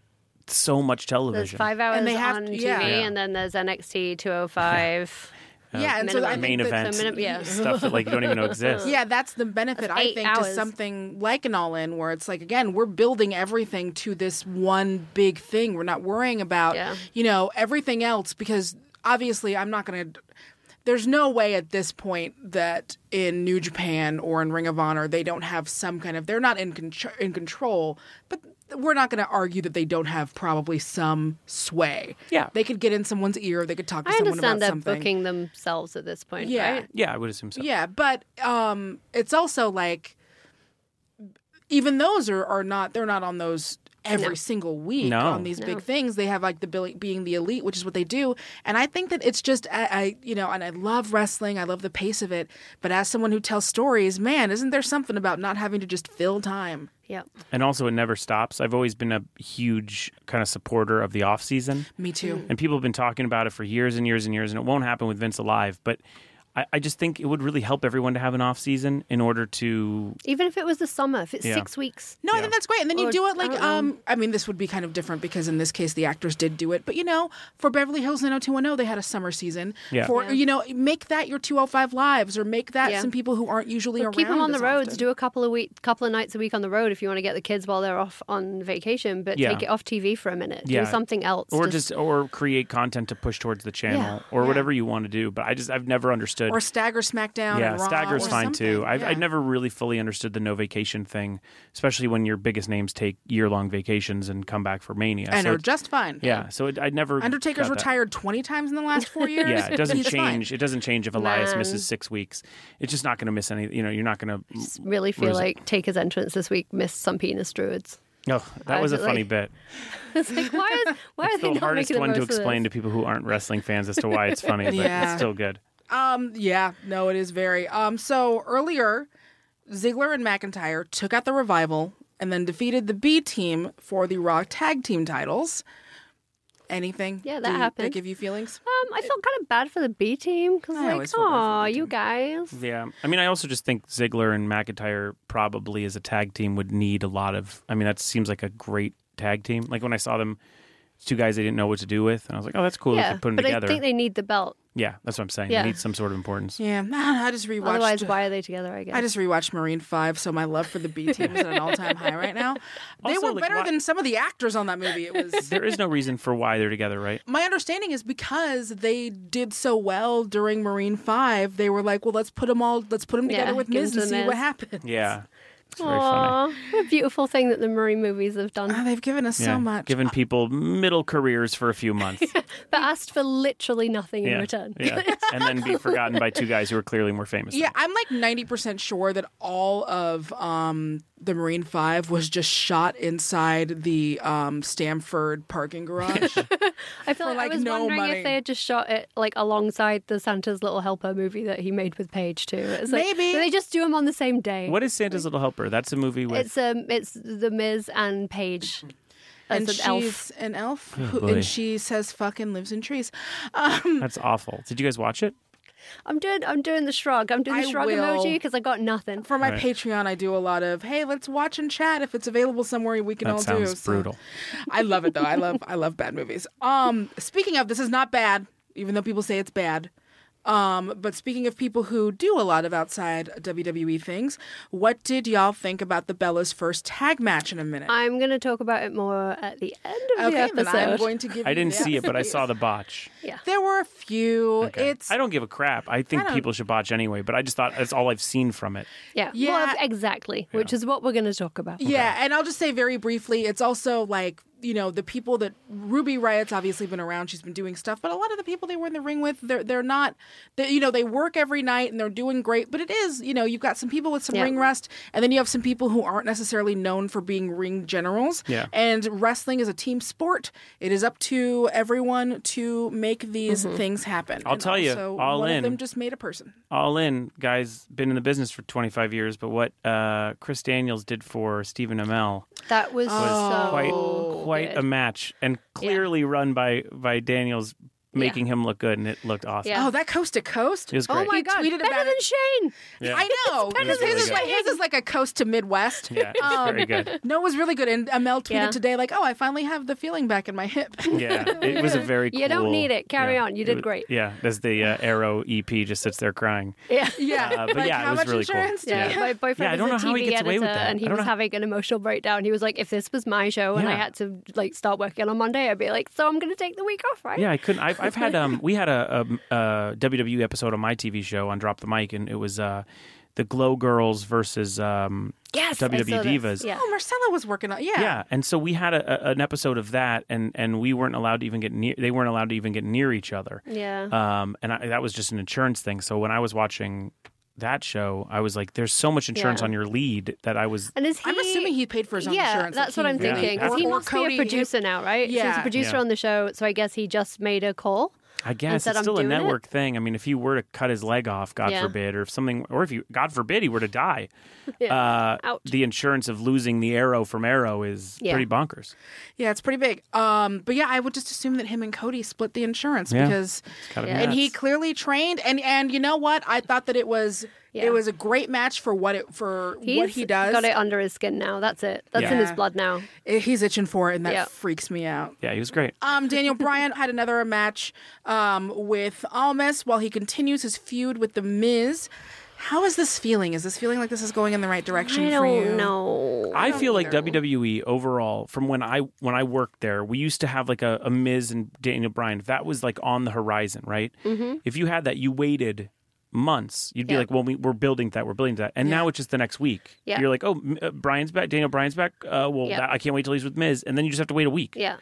D: so much
C: There's
D: television.
C: five hours
B: And they have
C: on
B: to-
C: TV,
B: yeah.
D: Yeah.
C: and then there's NXT 205.
B: yeah, and so I think
C: minimum.
D: main
B: that-
D: event
C: minute- yeah.
D: stuff that like you don't even know exists.
B: Yeah, that's the benefit I
C: eight
B: think to
C: hours.
B: something like an all in where it's like again, we're building everything to this one big thing. We're not worrying about
C: Yeah.
B: you know, everything else because obviously I'm not gonna there's no way at this point that in New Japan or in Ring of Honor they don't have some kind of they're not in contr in control, but we're not going to argue that they don't have probably some sway.
D: Yeah.
B: they could get in someone's ear. They could talk to
C: I
B: someone about
C: understand they're
B: something.
C: booking themselves at this point,
B: Yeah.
C: right?
D: Yeah, I would assume so.
B: Yeah, but um, it's also like even those are, are not they're not on those every single week
D: No.
B: on these big things. They have like the bill- being the elite, which is what they do. And I think that it's just I, I you know, and I love wrestling. I love the pace of it. But as someone who tells stories, man, isn't there something about not having to just fill time?
C: Yep.
D: And also, it never stops. I've always been a huge kind of supporter of the off season.
B: Me too.
D: and people have been talking about it for years and years and years, and it won't happen with Vince alive. But I, I just think it would really help everyone to have an off season in order to.
C: Even if it was the summer, if it's
D: Yeah.
C: six weeks.
B: No, I think that's great. And then you
C: Or-
B: do it
C: I
B: like
C: don't know.
B: um I mean this would be kind of different because in this case the actors did do it. But you know, for Beverly Hills 90210 they had a summer season.
D: Yeah.
B: For you know, make that your 205 lives or make that
C: Yeah.
B: some people who aren't usually
C: Or
B: around.
C: keep them on the
B: as
C: roads.
B: often.
C: Do a couple of week, couple of nights a week on the road if you want to get the kids while they're off on vacation. But
D: Yeah.
C: take it off TV for a minute.
D: Yeah.
C: Do something else.
D: Or just, or create content to push towards the channel
C: Yeah.
D: or whatever you want to do. But I just I've never understood.
B: or stagger SmackDown
D: yeah,
B: and Raw
D: stagger's
B: or
D: fine too.
B: something.
D: I've I
B: Yeah.
D: never really fully understood the no vacation thing, especially when your biggest names take year long vacations and come back for Mania.
B: and
D: so
B: are
D: it-
B: just fine.
D: yeah, so it, I never
B: Undertaker's
D: got that.
B: retired 20 times in the last 4 years.
D: Yeah, it doesn't
B: He's fine.
D: change. It doesn't change if Elias
C: Man.
D: misses six weeks. It's just not going to miss any. You know, you're not going to
C: just really feel
D: Where's it?
C: like Taker's entrance this week missed some penis druids.
D: Oh, that
C: I
D: was a
C: was
D: funny
C: like-
D: bit.
C: It's like why is why are
D: It's
C: they
D: the
C: not
D: hardest
C: making the
D: one to
C: most of
D: explain
C: this?
D: to people who aren't wrestling fans as to why it's funny, but
B: Yeah.
D: it's still good.
B: Um, yeah, no, it is very. Um, so earlier, Ziggler and McIntyre took out the revival and then defeated the B team for the Raw tag team titles. Anything?
C: Yeah, that
B: Do you-
C: happened.
B: give you feelings?
C: Um, I felt kind of bad for the B team because
B: I
C: like,
B: always felt bad for the
C: oh,
B: B
C: you guys.
D: Yeah, I mean, I also just think Ziggler and McIntyre probably as a tag team would need a lot of. I mean, that seems like a great tag team. Like when I saw them, it's two guys I didn't know what to do with, and I was like, oh, that's cool. they
C: Yeah,
D: could put them
C: but
D: together.
C: I think they need the belt.
D: Yeah, that's what I'm saying.
C: Yeah.
D: They need some sort of importance.
B: Yeah, I just rewatched.
C: Otherwise, why are they together? I guess.
B: I just rewatched Marine Five, so my love for the B team is at an all-time high right now. They
D: Also,
B: were
D: like,
B: better
D: why-
B: than some of the actors on that movie. It was.
D: There is no reason for why they're together, right?
B: My understanding is because they did so well during Marine Five, they were like, "Well, let's put them all, let's put them
C: Yeah,
B: together with
C: give 'em
B: Miz and
C: to the
B: see what
C: Miz.
B: happens."
D: Yeah, it's very funny.
C: Aw, what a beautiful thing that the Murray movies have done.
B: Oh, they've given us
D: Yeah,
B: so much.
D: Giving people middle careers for a few months.
C: but asked for literally nothing in
D: yeah.
C: return.
D: yeah. And then be forgotten by two guys who are clearly more famous. than
B: yeah, I'm like 90% sure that all of um, the Marine 5 was just shot inside the um, Stamford parking garage.
C: I feel
B: For,
C: like,
B: like,
C: I was
B: no
C: wondering
B: money.
C: if they had just shot it like alongside the Santa's Little Helper movie that he made with Paige too. It's like,
B: Maybe.
C: do they just do them on the same day.
D: What is Santa's Little Helper? That's a movie with.
C: It's um, it's the Miz and Paige as
B: and
C: an
B: she's
C: elf.
B: an elf.
D: Oh,
B: who,
D: boy.
B: and she says fucking lives in trees. Um,
D: that's awful. Did you guys watch it?
C: I'm doing I'm doing the shrug. I'm doing the
B: I
C: shrug
B: will.
C: emoji because I got nothing.
B: for my
D: Right.
B: Patreon, I do a lot of, hey, let's watch and chat if it's available somewhere we can
D: That
B: all
D: sounds
B: do. So-
D: brutal.
B: I love it though. I love I love bad movies. Um speaking of this is not bad, even though people say it's bad. Um, but speaking of people who do a lot of outside WWE things, what did y'all think about the Bella's first tag match in a minute?
C: I'm gonna talk about it more at the end of
B: okay,
C: the
B: then
C: episode.
B: I'm going to give.
D: I
B: you
D: didn't
B: the
D: see it, but I
B: absolute-
D: saw the botch.
B: There were a few. It's
D: I don't give a crap. I think
B: don't-
D: people should botch anyway, but I just thought that's all I've seen from it.
C: yeah,
B: Yeah.
C: Well, exactly, which is what we're going to talk about.
B: yeah, and I'll just say very briefly. It's also like you know the people that Ruby Riot's obviously been around. She's been doing stuff, but a lot of the people they were in the ring with, they're they're not. They, you know, they work every night and they're doing great. But it is, you know, you've got some people with some
C: Yeah.
B: ring rust, and then you have some people who aren't necessarily known for being ring generals.
D: Yeah.
B: And wrestling is a team sport. It is up to everyone to make these things happen.
D: Mm-hmm. I'll
B: And
D: tell you,
B: also,
D: All
B: one
D: In-
B: of them just made a person.
D: All in, guys, been in the business for 25 years, but what uh, Chris Daniels did for Stephen Amell
C: That was
D: was
C: so
D: quite quite
C: Oh, good.
D: a match, and clearly run by by Daniels, making him look good, and it looked awesome.
C: Yeah.
B: Oh, that coast to coast.
D: It was great.
B: Oh my god,
C: better
B: tweeted about
C: than
B: it.
C: Shane.
D: Yeah.
B: I know.
D: better
B: because
D: than
B: his, is
D: Shane.
B: like, his is like a coast to Midwest.
D: yeah, it was very good.
B: No, it was really good. And Amel tweeted
C: Yeah.
B: today, like, "Oh, I finally have the feeling back in my hip."
D: Yeah, it was a very.
C: You don't
D: cool-
C: need it. Carry
D: yeah,
C: on. You did
D: was-
C: great.
D: Yeah, as the uh, Arrow EP just sits there crying.
C: Yeah.
B: yeah,
D: Uh, but
B: like,
D: yeah, it
B: how
D: was
B: much
D: really cool.
B: insurance? do you
C: Yeah,
B: have?
C: my
D: Yeah, I
C: boyfriend
D: don't
C: was a
D: know how he
C: TV
D: gets away
C: editor,
D: with that.
C: and
D: I
C: he
D: don't
C: was
D: know-
C: having an emotional breakdown. He was like, "If this was my show and I
D: Yeah.
C: had to like start working on Monday, I'd be like, so I'm going to take the week off, right?"
D: Yeah, I couldn't. I've, I've had um, we had a, a, a WWE episode on my TV show on Drop the Mic, and it was uh, the Glow Girls versus um,
C: Yes, I
D: WWE
C: saw this.
D: Divas.
C: Yeah.
B: Oh, Marcella was working on. Yeah,
D: Yeah, and so we had a, a, an episode of that, and, and we weren't allowed to even get near. They weren't allowed to even get near each other.
C: Yeah.
D: Um, and I, that was just an insurance thing. So when I was watching that show, I was like, "There's so much insurance
C: Yeah.
D: on your lead that I was."
C: And is he?
B: I'm assuming he paid for his own
C: yeah,
B: insurance.
C: that's
B: like
C: what I'm
B: he-
D: Yeah.
C: thinking. 'cause
D: Or-
C: he
B: or
C: must be
B: Cody,
C: a
B: he-
C: producer now, right? So he's
B: Yeah.
C: a producer
D: Yeah.
C: on the show, so I guess he just made a call.
D: I guess
C: said,
D: it's
C: "I'm
D: still a
C: doing it."
D: network thing. I mean, if he were to cut his leg off, God
C: Yeah.
D: forbid, or if something, or if you, God forbid, he were to die,
C: Yeah.
D: uh,
C: Ouch.
D: the insurance of losing the arrow from arrow is
C: Yeah.
D: pretty bonkers.
B: Yeah, it's pretty big. Um, but yeah, I would just assume that him and Cody split the insurance
D: Yeah.
B: because,
D: gotta be
B: and he
D: nuts.
B: clearly trained. And and you know what? I thought that it was
C: Yeah.
B: it was a great match for what it for what
C: He's
B: he does.
C: got it under his skin now. That's it. That's in his
B: Yeah.
C: blood now.
B: He's itching for it, and that
C: Yeah.
B: freaks me out.
D: Yeah, he was great.
B: Um, Daniel Bryan had another match um, with Almas while he continues his feud with The Miz. How is this feeling? Is this feeling like this is going in the right direction
C: I
B: for you?
C: don't know.
D: I feel like WWE overall, from when I when I worked there, we used to have like a, a Miz and Daniel Bryan. If that was like on the horizon, right? If you had that, you waited months. You'd be
C: Mm-hmm. Yeah.
D: like, "Well, we, we're building that. We're building that." And now it's just the next week.
C: Yeah.
D: You're like, "Oh, M- uh, Bryan's back. Daniel Bryan's back. Uh, well,
C: Yeah.
D: that, I can't wait till he's with Miz." And then you just have to wait a week.
C: Yeah.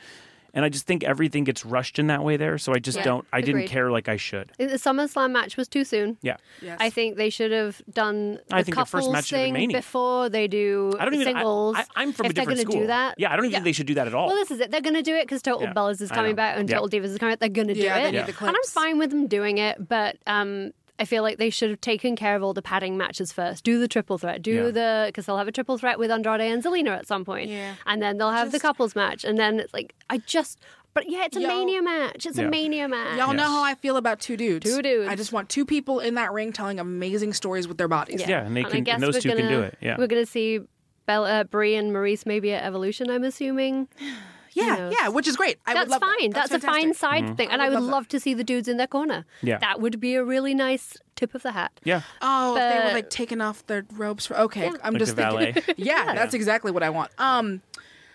D: And I just think everything gets rushed in that way there. So I just
C: Yeah.
D: don't. I didn't
C: Agreed.
D: care like I should.
C: The SummerSlam match was too soon.
D: Yeah.
B: Yes.
C: I think they should have done the
D: I think their first
C: couples
D: match should have been
C: thing
D: Mania.
C: before they do
D: I don't
C: the
D: even. I-
C: singles.
D: I, am from
C: if
D: a different
C: they're
D: school.
C: gonna do that.
D: Yeah, I don't even
C: Yeah.
D: think they should do that at all.
C: Well, this is it. They're going to do it because Total
D: Yeah,
C: Bellas is
D: I
C: coming
D: know.
C: back and
D: Yeah.
C: Total Divas is coming back. They're going to
B: Yeah,
C: do
B: they
C: it.
B: need the
C: and I'm
B: clips.
C: fine with them doing it, but um, I feel like they should have taken care of all the padding matches first. Do the triple threat. Do
D: Yeah.
C: the because they'll have a triple threat with Andrade and Zelina at some point.
B: Yeah.
C: and then they'll have the
B: Just-
C: couples match, and then it's like I just. But yeah, it's a
B: Y'all-
C: mania match. It's
D: Yeah.
C: a mania match.
B: Y'all know
D: Yes.
B: how I feel about two dudes.
C: Two dudes.
B: I just want two people in that ring telling amazing stories with their bodies.
D: Yeah, and they
C: Um, I
D: can- and
C: guess
D: those
C: we're
D: two can
C: gonna-
D: do it, yeah.
C: we're going to see Bella, Brie, and Maurice maybe at Evolution. I'm assuming.
B: yeah,
C: knows?
B: yeah, which is great. I
C: That's
B: would love that.
C: fine. That's, a fine
B: fantastic.
C: side thing, and I would,
B: love
C: love,
B: that.
C: to see the dudes in their corner.
D: Mm-hmm. Yeah.
C: that would be a really nice tip of the hat.
D: yeah.
B: Oh, if they were
C: But-
B: like taking off their robes for okay. I'm
D: Like
B: just
D: the
B: thinking.
D: valet.
B: yeah, that's exactly what I want. Um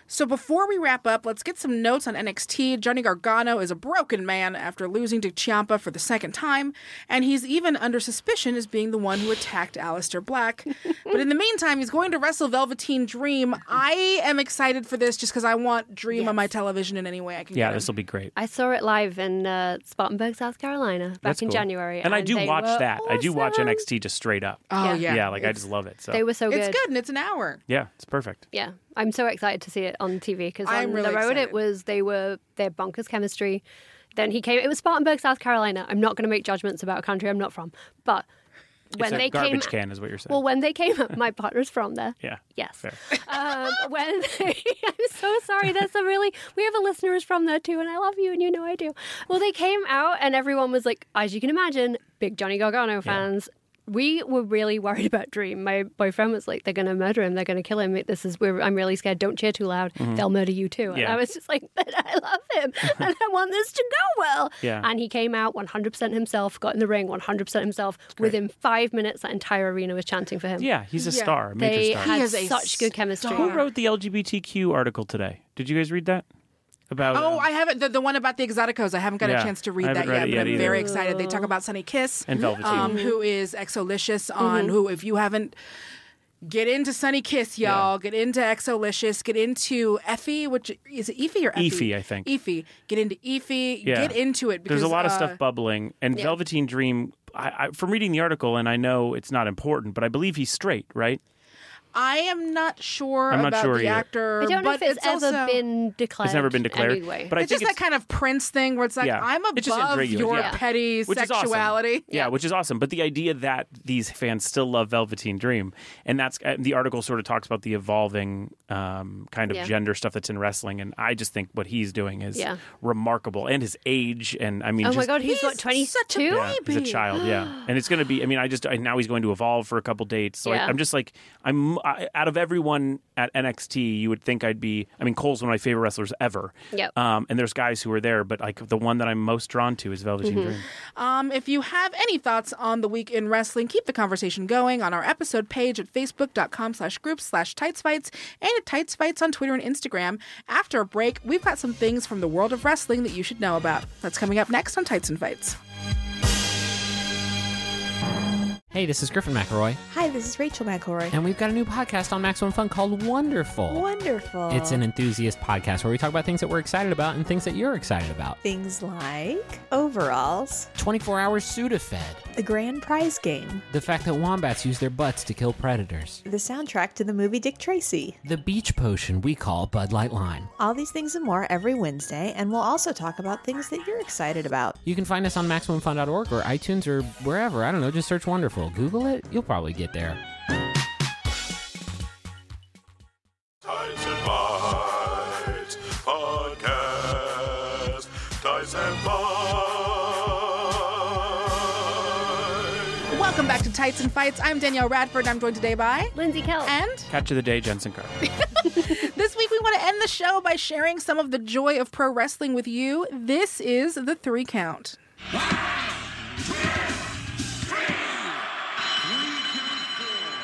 B: so before we wrap up, let's get some notes on NXT. Johnny Gargano is a broken man after losing to Ciampa for the second time, and he's even under suspicion as being the one who attacked Aleister Black. but in the meantime, he's going to wrestle Velveteen Dream. I am excited for this just because I want Dream on my television in any way I can.
D: Yeah,
B: get
D: this will be great.
C: I saw it live in uh, Spartanburg, South Carolina, back
D: That's
C: in
D: cool.
C: January,
D: And, I do
C: they
D: watch
C: were
D: that. I do watch
C: awesome.
D: NXT just straight up.
B: Oh
C: Yeah.
B: yeah,
D: yeah, like I just love it. So
C: They were so good.
B: it's good and it's an hour.
D: yeah, it's perfect.
C: Yeah, I'm so excited to see it on TV because
B: I'm
C: on
B: really
C: the road
B: excited.
C: it was they were their bonkers chemistry. Then he came. It was Spartanburg, South Carolina. I'm not going to make judgments about a country I'm not from, but when
D: it's a
C: they came,
D: garbage can is what you're saying.
C: well, when they came, up, my partner's from there.
D: yeah.
C: Yes.
D: Fair.
C: Um, when they, I'm so sorry. That's a really we have a listener who's from there too, and I love you, and you know I do. Well, they came out, and everyone was like, as you can imagine, big Johnny Gargano fans. We were really worried about Dream. My boyfriend was like, "They're going to murder him. They're going to kill him. This is where I'm really scared. Don't cheer too loud. They'll murder you too." And
D: Mm-hmm. Yeah.
C: I was just like, "But I love him, and I want this to go well."
D: Yeah.
C: And he came out 100% himself, got in the ring 100% himself. Within five minutes, that entire arena was chanting for him.
D: Yeah, he's a
B: Yeah.
D: star, a major
C: They
D: star.
C: had
B: is a
C: such good chemistry.
B: star.
D: Who wrote the LGBTQ article today? Did you guys read that? About
B: Oh,
D: um,
B: I haven't. The, the one about the Exoticos, I haven't got
D: Yeah,
B: a chance to
D: I
B: read
D: haven't
B: that yet,
D: read it
B: but
D: yet
B: I'm
D: either. Mm-hmm.
B: very excited. They talk about Sunny Kiss
D: And Velveteen. Mm-hmm.
B: um, who is Exolicious on who, if you haven't. Get into Sunny Kiss, y'all. Get into Exolicious. Get into Effie, which is it Effie or Effie?
D: Effie, I think.
B: Effie. Get into Effie.
D: Yeah.
B: Get into it. Because,
D: There's a lot of
B: uh,
D: stuff bubbling, and Velveteen Dream. I, I, from reading the article, and I know it's not important, but I believe he's straight, right?
B: I am not sure
D: I'm not
B: about
D: sure
B: the
D: either.
B: actor.
C: I don't know
B: but
C: if it's, ever
B: also-
C: been declared.
D: It's never been declared.
C: Anyway.
D: But I
B: it's
D: think
B: just that
D: it's,
B: kind of Prince thing where it's like
D: Yeah.
B: I'm above
D: It's just irregular,
B: your
D: yeah.
B: petty
D: which is awesome.
B: sexuality.
D: Yeah, which is awesome. But the idea that these fans still love Velveteen Dream, and that's uh, the article sort of talks about the evolving um, kind of
C: Yeah.
D: gender stuff that's in wrestling, and I just think what he's doing is
C: Yeah.
D: remarkable, and his age, and I mean,
C: oh my
D: just-
C: god, he's,
B: He's
C: what twenty
B: such a
C: two?
D: yeah, he's a child, yeah, and it's going to be. I mean, I just and now he's going to evolve for a couple dates. So
C: Yeah.
D: I, I'm just like I'm I, out of everyone at NXT, you would think I'd be. I mean, Cole's one of my favorite wrestlers ever.
C: Yep.
D: Um, and there's guys who are there, but like the one that I'm most drawn to is
C: Mm-hmm.
D: Velveteen Dream.
B: Um, if you have any thoughts on the week in wrestling, keep the conversation going on our episode page at facebook.com slash group slash tightsfights and at tightsfights on Twitter and Instagram. After a break, we've got some things from the world of wrestling that you should know about. That's coming up next on Tights and Fights.
J: Hey, this is Griffin McElroy,
K: Hi, this is Rachel McElroy.
J: and we've got a new podcast on Maximum Fun called Wonderful.
K: Wonderful.
J: It's an enthusiast podcast where we talk about things that we're excited about and things that you're excited about.
K: things like overalls,
J: 24 hour Sudafed.
K: the grand prize game,
J: The fact that wombats use their butts to kill predators.
K: the soundtrack to the movie Dick Tracy.
J: The beach potion we call Bud Light Lime.
K: All these things and more every Wednesday, and we'll also talk about things that you're excited about.
J: You can find us on MaximumFun.org or iTunes or wherever. I don't know, just search Wonderful. Google it, you'll probably get there.
A: Ties and Bites Podcast. Ties and Bites.
B: Welcome back to Tights and Fights. I'm Danielle Radford. and I'm joined today by...
C: Lindsay Kelp.
B: And
D: Catch of the day, Jensen Carter.
B: this week we want to end the show by sharing some of the joy of pro wrestling with you. This is the three count.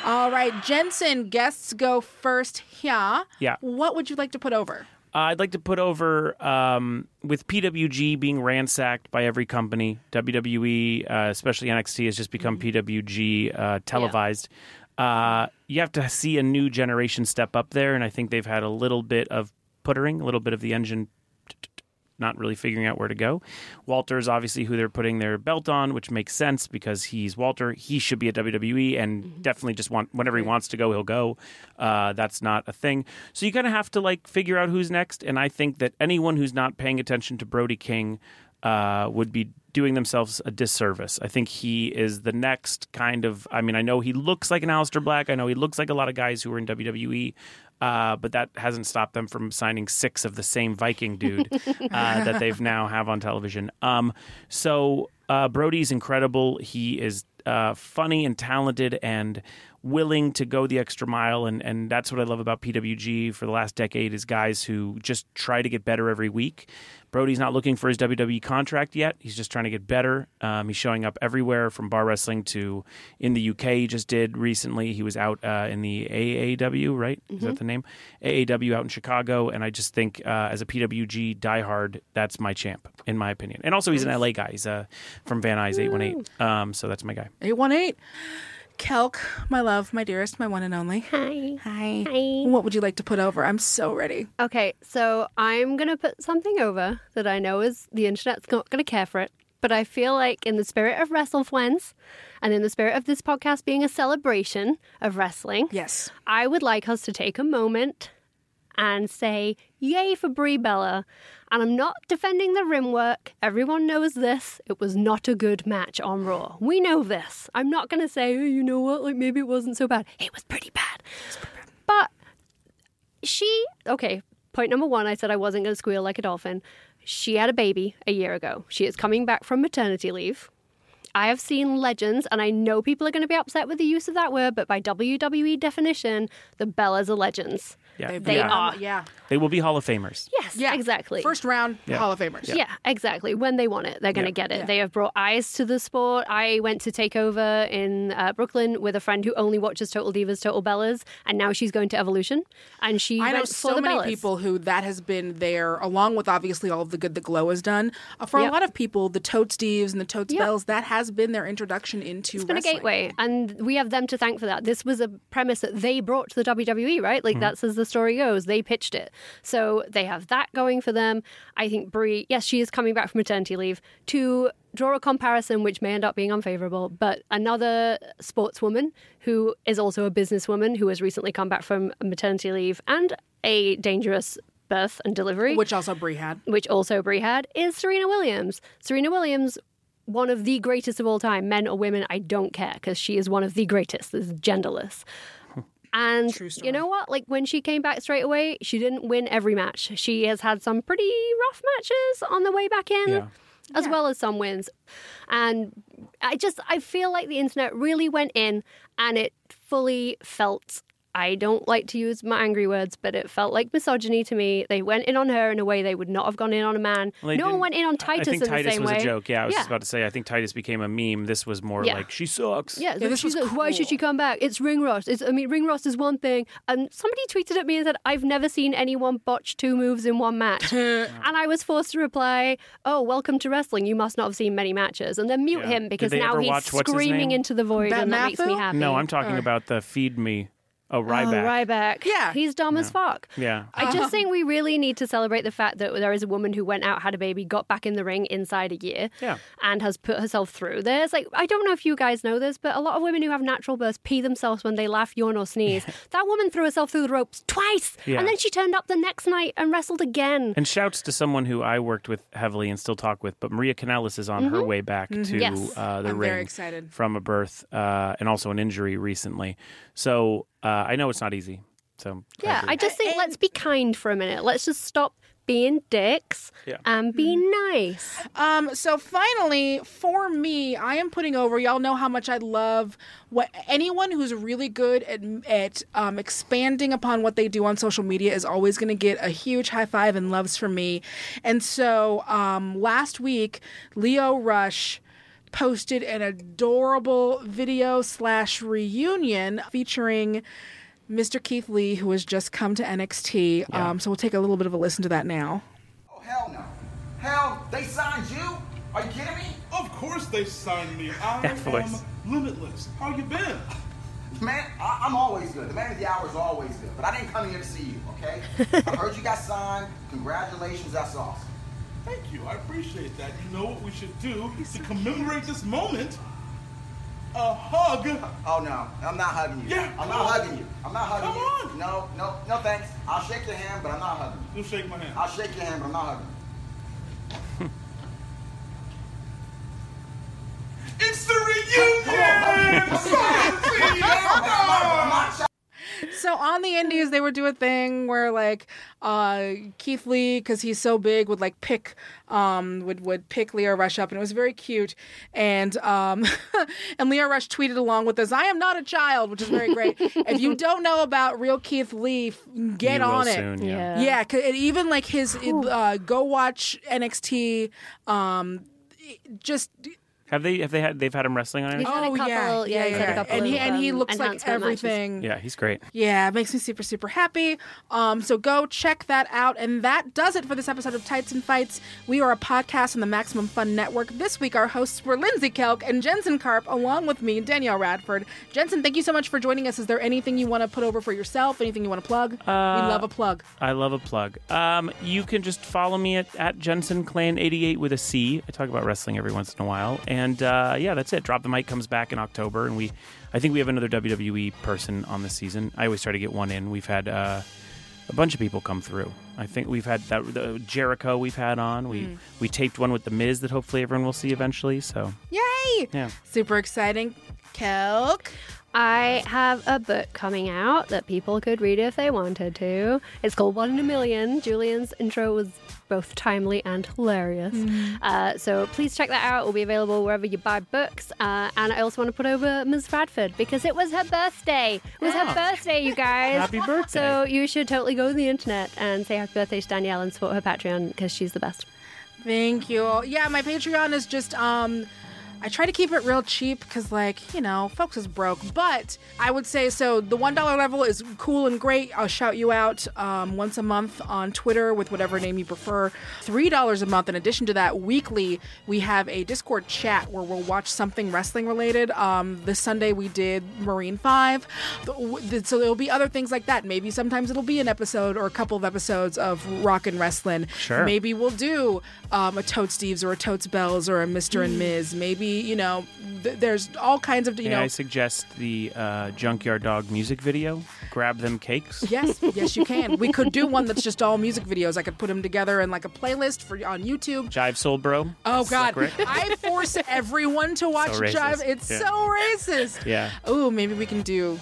B: All right, Jensen, guests go first here.
D: Yeah.
B: What would you like to put over?
D: Uh, I'd like to put over um, with PWG being ransacked by every company. WWE, uh, especially NXT, has just become PWG uh, televised. Uh, you have to see a new generation step up there, and I think they've had a little bit of puttering, a little bit of the engine not really figuring out where to go. Walter is obviously who they're putting their belt on, which makes sense because he's Walter. He should be at WWE and definitely just want whenever he wants to go, he'll go. Uh, that's not a thing. So you kind of have to like figure out who's next. And I think that anyone who's not paying attention to Brody King uh, would be doing themselves a disservice. I think he is the next kind of. I mean, I know he looks like an Aleister Black. I know he looks like a lot of guys who were in WWE. Uh, but that hasn't stopped them from signing six of the same Viking dude uh, that they've now have on television. Um, so uh, Brody's incredible. He is uh, funny and talented and willing to go the extra mile, and and that's what I love about PWG for the last decade is guys who just try to get better every week. Brody's not looking for his WWE contract yet. He's just trying to get better. Um, he's showing up everywhere from bar wrestling to in the UK. He just did recently. He was out uh, in the AAW, right? Is
C: Mm-hmm.
D: that the name? AAW out in Chicago. And I just think uh, as a PWG diehard, that's my champ, in my opinion. And also, he's an LA guy. He's uh, from Van Nuys 818.
C: Mm.
D: Um, so that's my guy.
B: 818. Kelk, my love, my dearest, my one and only.
C: Hi.
B: Hi.
C: Hi.
B: What would you like to put over? I'm so ready.
C: Okay, so I'm going to put something over that I know is the internet's not going to care for it, but I feel like in the spirit of WrestleFriends and in the spirit of this podcast being a celebration of wrestling,
B: Yes.
C: I would like us to take a moment and say, Yay for Brie Bella. And I'm not defending the rim work. Everyone knows this. It was not a good match on Raw. We know this. I'm not going to say, oh, you know what? Like, maybe it wasn't so bad. It was pretty bad. But she okay point number one i said i wasn't going to squeal like a dolphin she had a baby a year ago she is coming back from maternity leave i have seen legends and i E know people are going to be upset with the use of that word but by wwe definition the bellas are legends
D: Yeah.
B: They've
D: They
B: been-
D: are.
B: Yeah.
D: They will be Hall of Famers.
C: Yes, exactly.
B: First round
D: Yeah.
B: Hall of Famers.
C: Yeah. exactly. When they want it, they're going to
B: Yeah.
C: get it.
B: Yeah.
C: They have brought eyes to the sport. I went to take over in uh, Brooklyn with a friend who only watches Total Divas, Total Bellas, and now she's going to Evolution, and she
B: I know
C: went for
B: so
C: the
B: many
C: Bellas.
B: people who that has been there, along with obviously all of the good that Glow has done. Uh, for
C: Yep.
B: a lot of people, the Totes Steves and the Totes
C: Yep.
B: Bells, that has been their introduction into
C: It's been
B: wrestling.
C: a gateway, and we have them to thank for that. This was a premise that they brought to the WWE, right? Like
B: Mhm.
C: that's as the story goes. They pitched it, so they have that going for them. I think Brie, yes, she is coming back from maternity leave to draw a comparison, which may end up being unfavorable. But another sportswoman who is also a businesswoman who has recently come back from maternity leave and a dangerous birth and delivery,
B: Which also Brie had.
C: which also Brie had, is Serena Williams. Serena Williams, one of the greatest of all time, men or women, I don't care, because she is one of the greatest. This is genderless. And you know what? Like when she came back straight away, she didn't win every match. She has had some pretty rough matches on the way back in.
L: Yeah.
C: As well as some wins. And I just, I feel like the internet really went in and it fully felt I don't like to use my angry words, but it felt like misogyny to me. They went in on her in a way they would not have gone in on a man.
D: Well, they
C: no one
D: didn't-
C: went in on
D: I-
C: Titus
D: I think
C: in
D: Titus
C: the same
D: was
C: way.
D: a joke. Yeah, I was
C: yeah.
D: just about to say. I think Titus became a meme. This was more
C: Yeah.
D: like she sucks.
C: Yeah,
B: Yeah, this
C: she's
B: was
C: like, why should she come back? It's ring rust. It's, I mean, ring rust is one thing. And somebody tweeted at me and said, I've never seen anyone botch two moves in one match. and I was forced to reply, oh, welcome to wrestling. You must not have seen many matches. And then mute
D: Yeah.
C: him
D: Did
C: because
D: they
C: now
D: ever
C: he's
D: watch what's his
C: screaming
D: name?
C: into the void
B: Bat
C: and that makes me
B: Mafu?
C: happy.
D: No, I'm talking
C: Or-
D: about the feed me. Oh,
C: Oh,
D: Ryback.
C: Ryback. Yeah. He's dumb as fuck.
D: Yeah.
C: I just think we really need to celebrate the fact that there is a woman who went out, had a baby, got back in the ring inside a year,
D: Yeah.
C: and has put herself through this. Like, I don't know if you guys know this, but a lot of women who have natural births pee themselves when they laugh, yawn, or sneeze. that woman threw herself through the ropes twice,
D: Yeah.
C: and then she turned up the next night and wrestled again.
D: And shouts to someone who I worked with heavily and still talk with, but Maria Canales is on her
C: Mhm.
D: way back
C: Mhm.
D: to
C: Yes.
D: uh, the
B: I'm
D: ring
B: very excited.
D: from a birth uh, and also an injury recently. So uh, I know it's not easy. So
C: Yeah, I just think let's be kind for a minute. Let's just stop being dicks
D: Yeah.
C: and be nice.
B: Um, so finally, for me, I am putting over. Y'all know how much I love what anyone who's really good at, at um, expanding upon what they do on social media is always going to get a huge high five and loves from me. And so um, last week, Leo Rush posted an adorable video slash reunion featuring. Mr. Keith Lee, who has just come to NXT. Um, so we'll take a little bit of a listen to that now.
M: Oh, Hell no. Hell, they signed you? Are you kidding me? Of course they signed me. I
D: That voice.
M: limitless. How you been? Man, I, I'm always good. The man of the hour is always good. But I didn't come here to see you, okay? I heard you got signed. Congratulations, that's awesome.
N: Thank you. I appreciate that. You know what we should do to commemorate this moment? A hug.
M: Oh no, I'm not hugging you.
N: Yeah,
M: I'm
N: come
M: not
N: on.
M: hugging you. I'm not hugging you. No, no, no thanks. I'll shake your hand, but I'm not hugging you.
N: You shake my hand.
M: I'll shake your hand, but I'm not hugging you.
N: It's the reunion.
B: so on the indies they would do a thing where like uh keith lee because he's so big would like pick um would would pick leo rush up and it was very cute and um and leo rush tweeted along with this i am not a child which is very great if you don't know about real keith lee f- get
L: You will
B: on it
L: soon, yeah. Yeah.
B: yeah 'cause it- even like his uh, go watch nxt um just oh,
D: Have they? Have they had? They've had him wrestling on it.
C: couple- yeah, he's had a couple
B: and he
C: of,
B: and he
C: um,
B: looks like
C: enhancement matches.
B: everything
D: Yeah, he's great.
B: yeah, it makes me super, super happy. Um, so go check that out. And that does it for this episode of Tights and Fights. We are a podcast on the Maximum Fun Network. This week, our hosts were Lindsay Kelk and Jensen Karp, along with me, Danielle Radford. Jensen, thank you so much for joining us. Is there anything you want to put over for yourself? Anything you want to plug? we love a plug.
D: I love a plug. Um, you can just follow me at, at Jensen Clan 88 with a C. I talk about wrestling every once in a while. And uh, yeah, that's it. Drop the Mic comes back in October. And we, I think we have another WWE person on this season. I always try to get one in. We've had uh, a bunch of people come through. I think we've had that the Jericho we've had on. We,
B: Mm.
D: we taped one with The Miz that hopefully everyone will see eventually. So
B: Yay!
D: Yeah.
G: Super exciting. Kelk.
C: I have a book coming out that people could read if they wanted to. It's called One in a Million. Julian's intro was both timely and hilarious.
L: Mm.
C: Uh, so please check that out. It will be available wherever you buy books. Uh, and I also want to put over Ms. Bradford because it was her birthday. It was her birthday, you guys.
L: Happy birthday.
C: So you should totally go on the internet and say happy birthday to Danielle and support her Patreon because she's the best.
B: Thank you. Yeah, my Patreon is just um I try to keep it real cheap because, like, you know, folks is broke. But I would say so. The one dollar level is cool and great. I'll shout you out um, once a month on Twitter with whatever name you prefer. Three dollars a month. In addition to that, weekly we have a Discord chat where we'll watch something wrestling related. Um, this Sunday we did Marine Five, The- w- th- so there'll be other things like that. Maybe sometimes it'll be an episode or a couple of episodes of Rock and Wrestling.
L: Sure.
B: Maybe maybe we'll do um, a Totes Steve's or a Totes Bells or a Mr. and Ms. Maybe, you know, th- there's all kinds of, you
D: May
B: know.
D: I suggest the uh, Junkyard Dog music video? Grab them cakes.
B: Yes, yes, you can. we could do one that's just all music videos. I could put them together in like a playlist for on YouTube.
D: Jive Soul Bro.
B: Oh God!
D: Slick Rick.
B: I force everyone to watch
D: So racist.
B: Jive. It's
D: Yeah.
B: so racist.
D: Yeah.
B: Oh, maybe we can do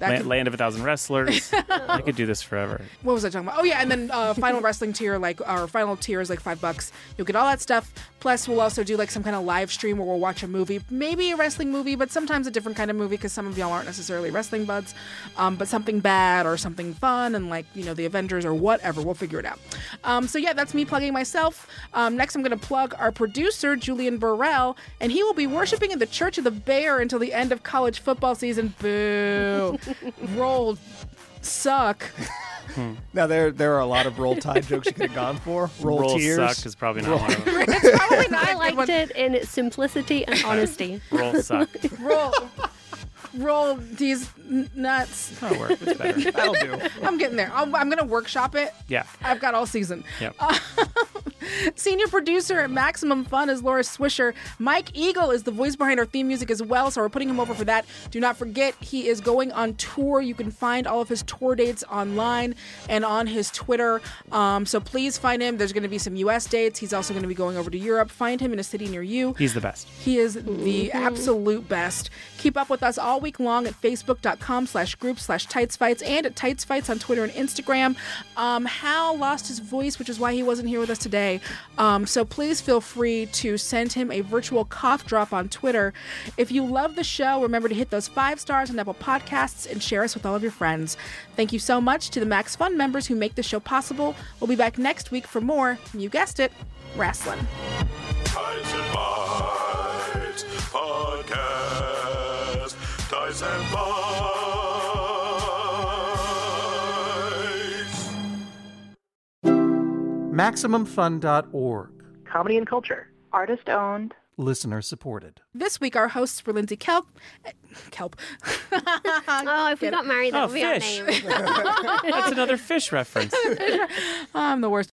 B: that.
D: La-
B: could-
D: Land of a Thousand Wrestlers. I could do this forever.
B: what was I talking about? Oh yeah, and then uh, final wrestling tier, like our final tier is like five bucks. You'll get all that stuff. Plus, we'll also do like some kind of live stream where we'll watch a movie, maybe a wrestling movie, but sometimes a different kind of movie because some of y'all aren't necessarily wrestling buds, um, but something bad or something fun and like you know the Avengers or whatever. We'll figure it out. Um, so yeah, that's me plugging myself. Um, next, I'm gonna plug our producer Julian Burrell, and he will be worshiping in the Church of the Bear until the end of college football season. Boo! Roll, suck.
E: Now there there are a lot of roll tide jokes you could have gone for. Roll,
D: Roll
E: tears
D: suck is probably not one of them.
C: I liked it in its simplicity and honesty.
D: Roll suck.
B: roll roll these n- nuts
D: That'll work. It's better. That'll do.
B: i'm getting there I'm, I'm gonna workshop it
D: Yeah.
B: i've got all season
D: Yep.
B: Senior producer at Maximum Fun is Laura Swisher. Mike Eagle is the voice behind our theme music as well, so we're putting him over for that. Do not forget, he is going on tour. You can find all of his tour dates online and on his Twitter. Um, so please find him. There's going to be some US dates. He's also going to be going over to Europe. Find him in a city near you.
D: He's the best.
B: He is the
D: Mhm.
B: absolute best. Keep up with us all week long at facebook.com slash group slash tightsfights and at tightsfights on Twitter and Instagram. Um, Hal lost his voice, which is why he wasn't here with us today. Um, so please feel free to send him a virtual cough drop on Twitter. If you love the show, remember to hit those five stars on Apple Podcasts and share us with all of your friends. Thank you so much to the Max Fun members who make the show possible. We'll be back next week for more, you guessed it, wrestling.
A: Tights and Bites Podcast. Tights and Bites.
O: MaximumFun.org.
B: Comedy and culture, artist owned.
O: Listener supported.
B: This week, our hosts were Lindsay Kelp. eh, Kelp.
C: oh, if we got married, that
B: Oh,
C: would be our
B: fish.
C: name.
D: That's another fish reference.
B: I'm the worst.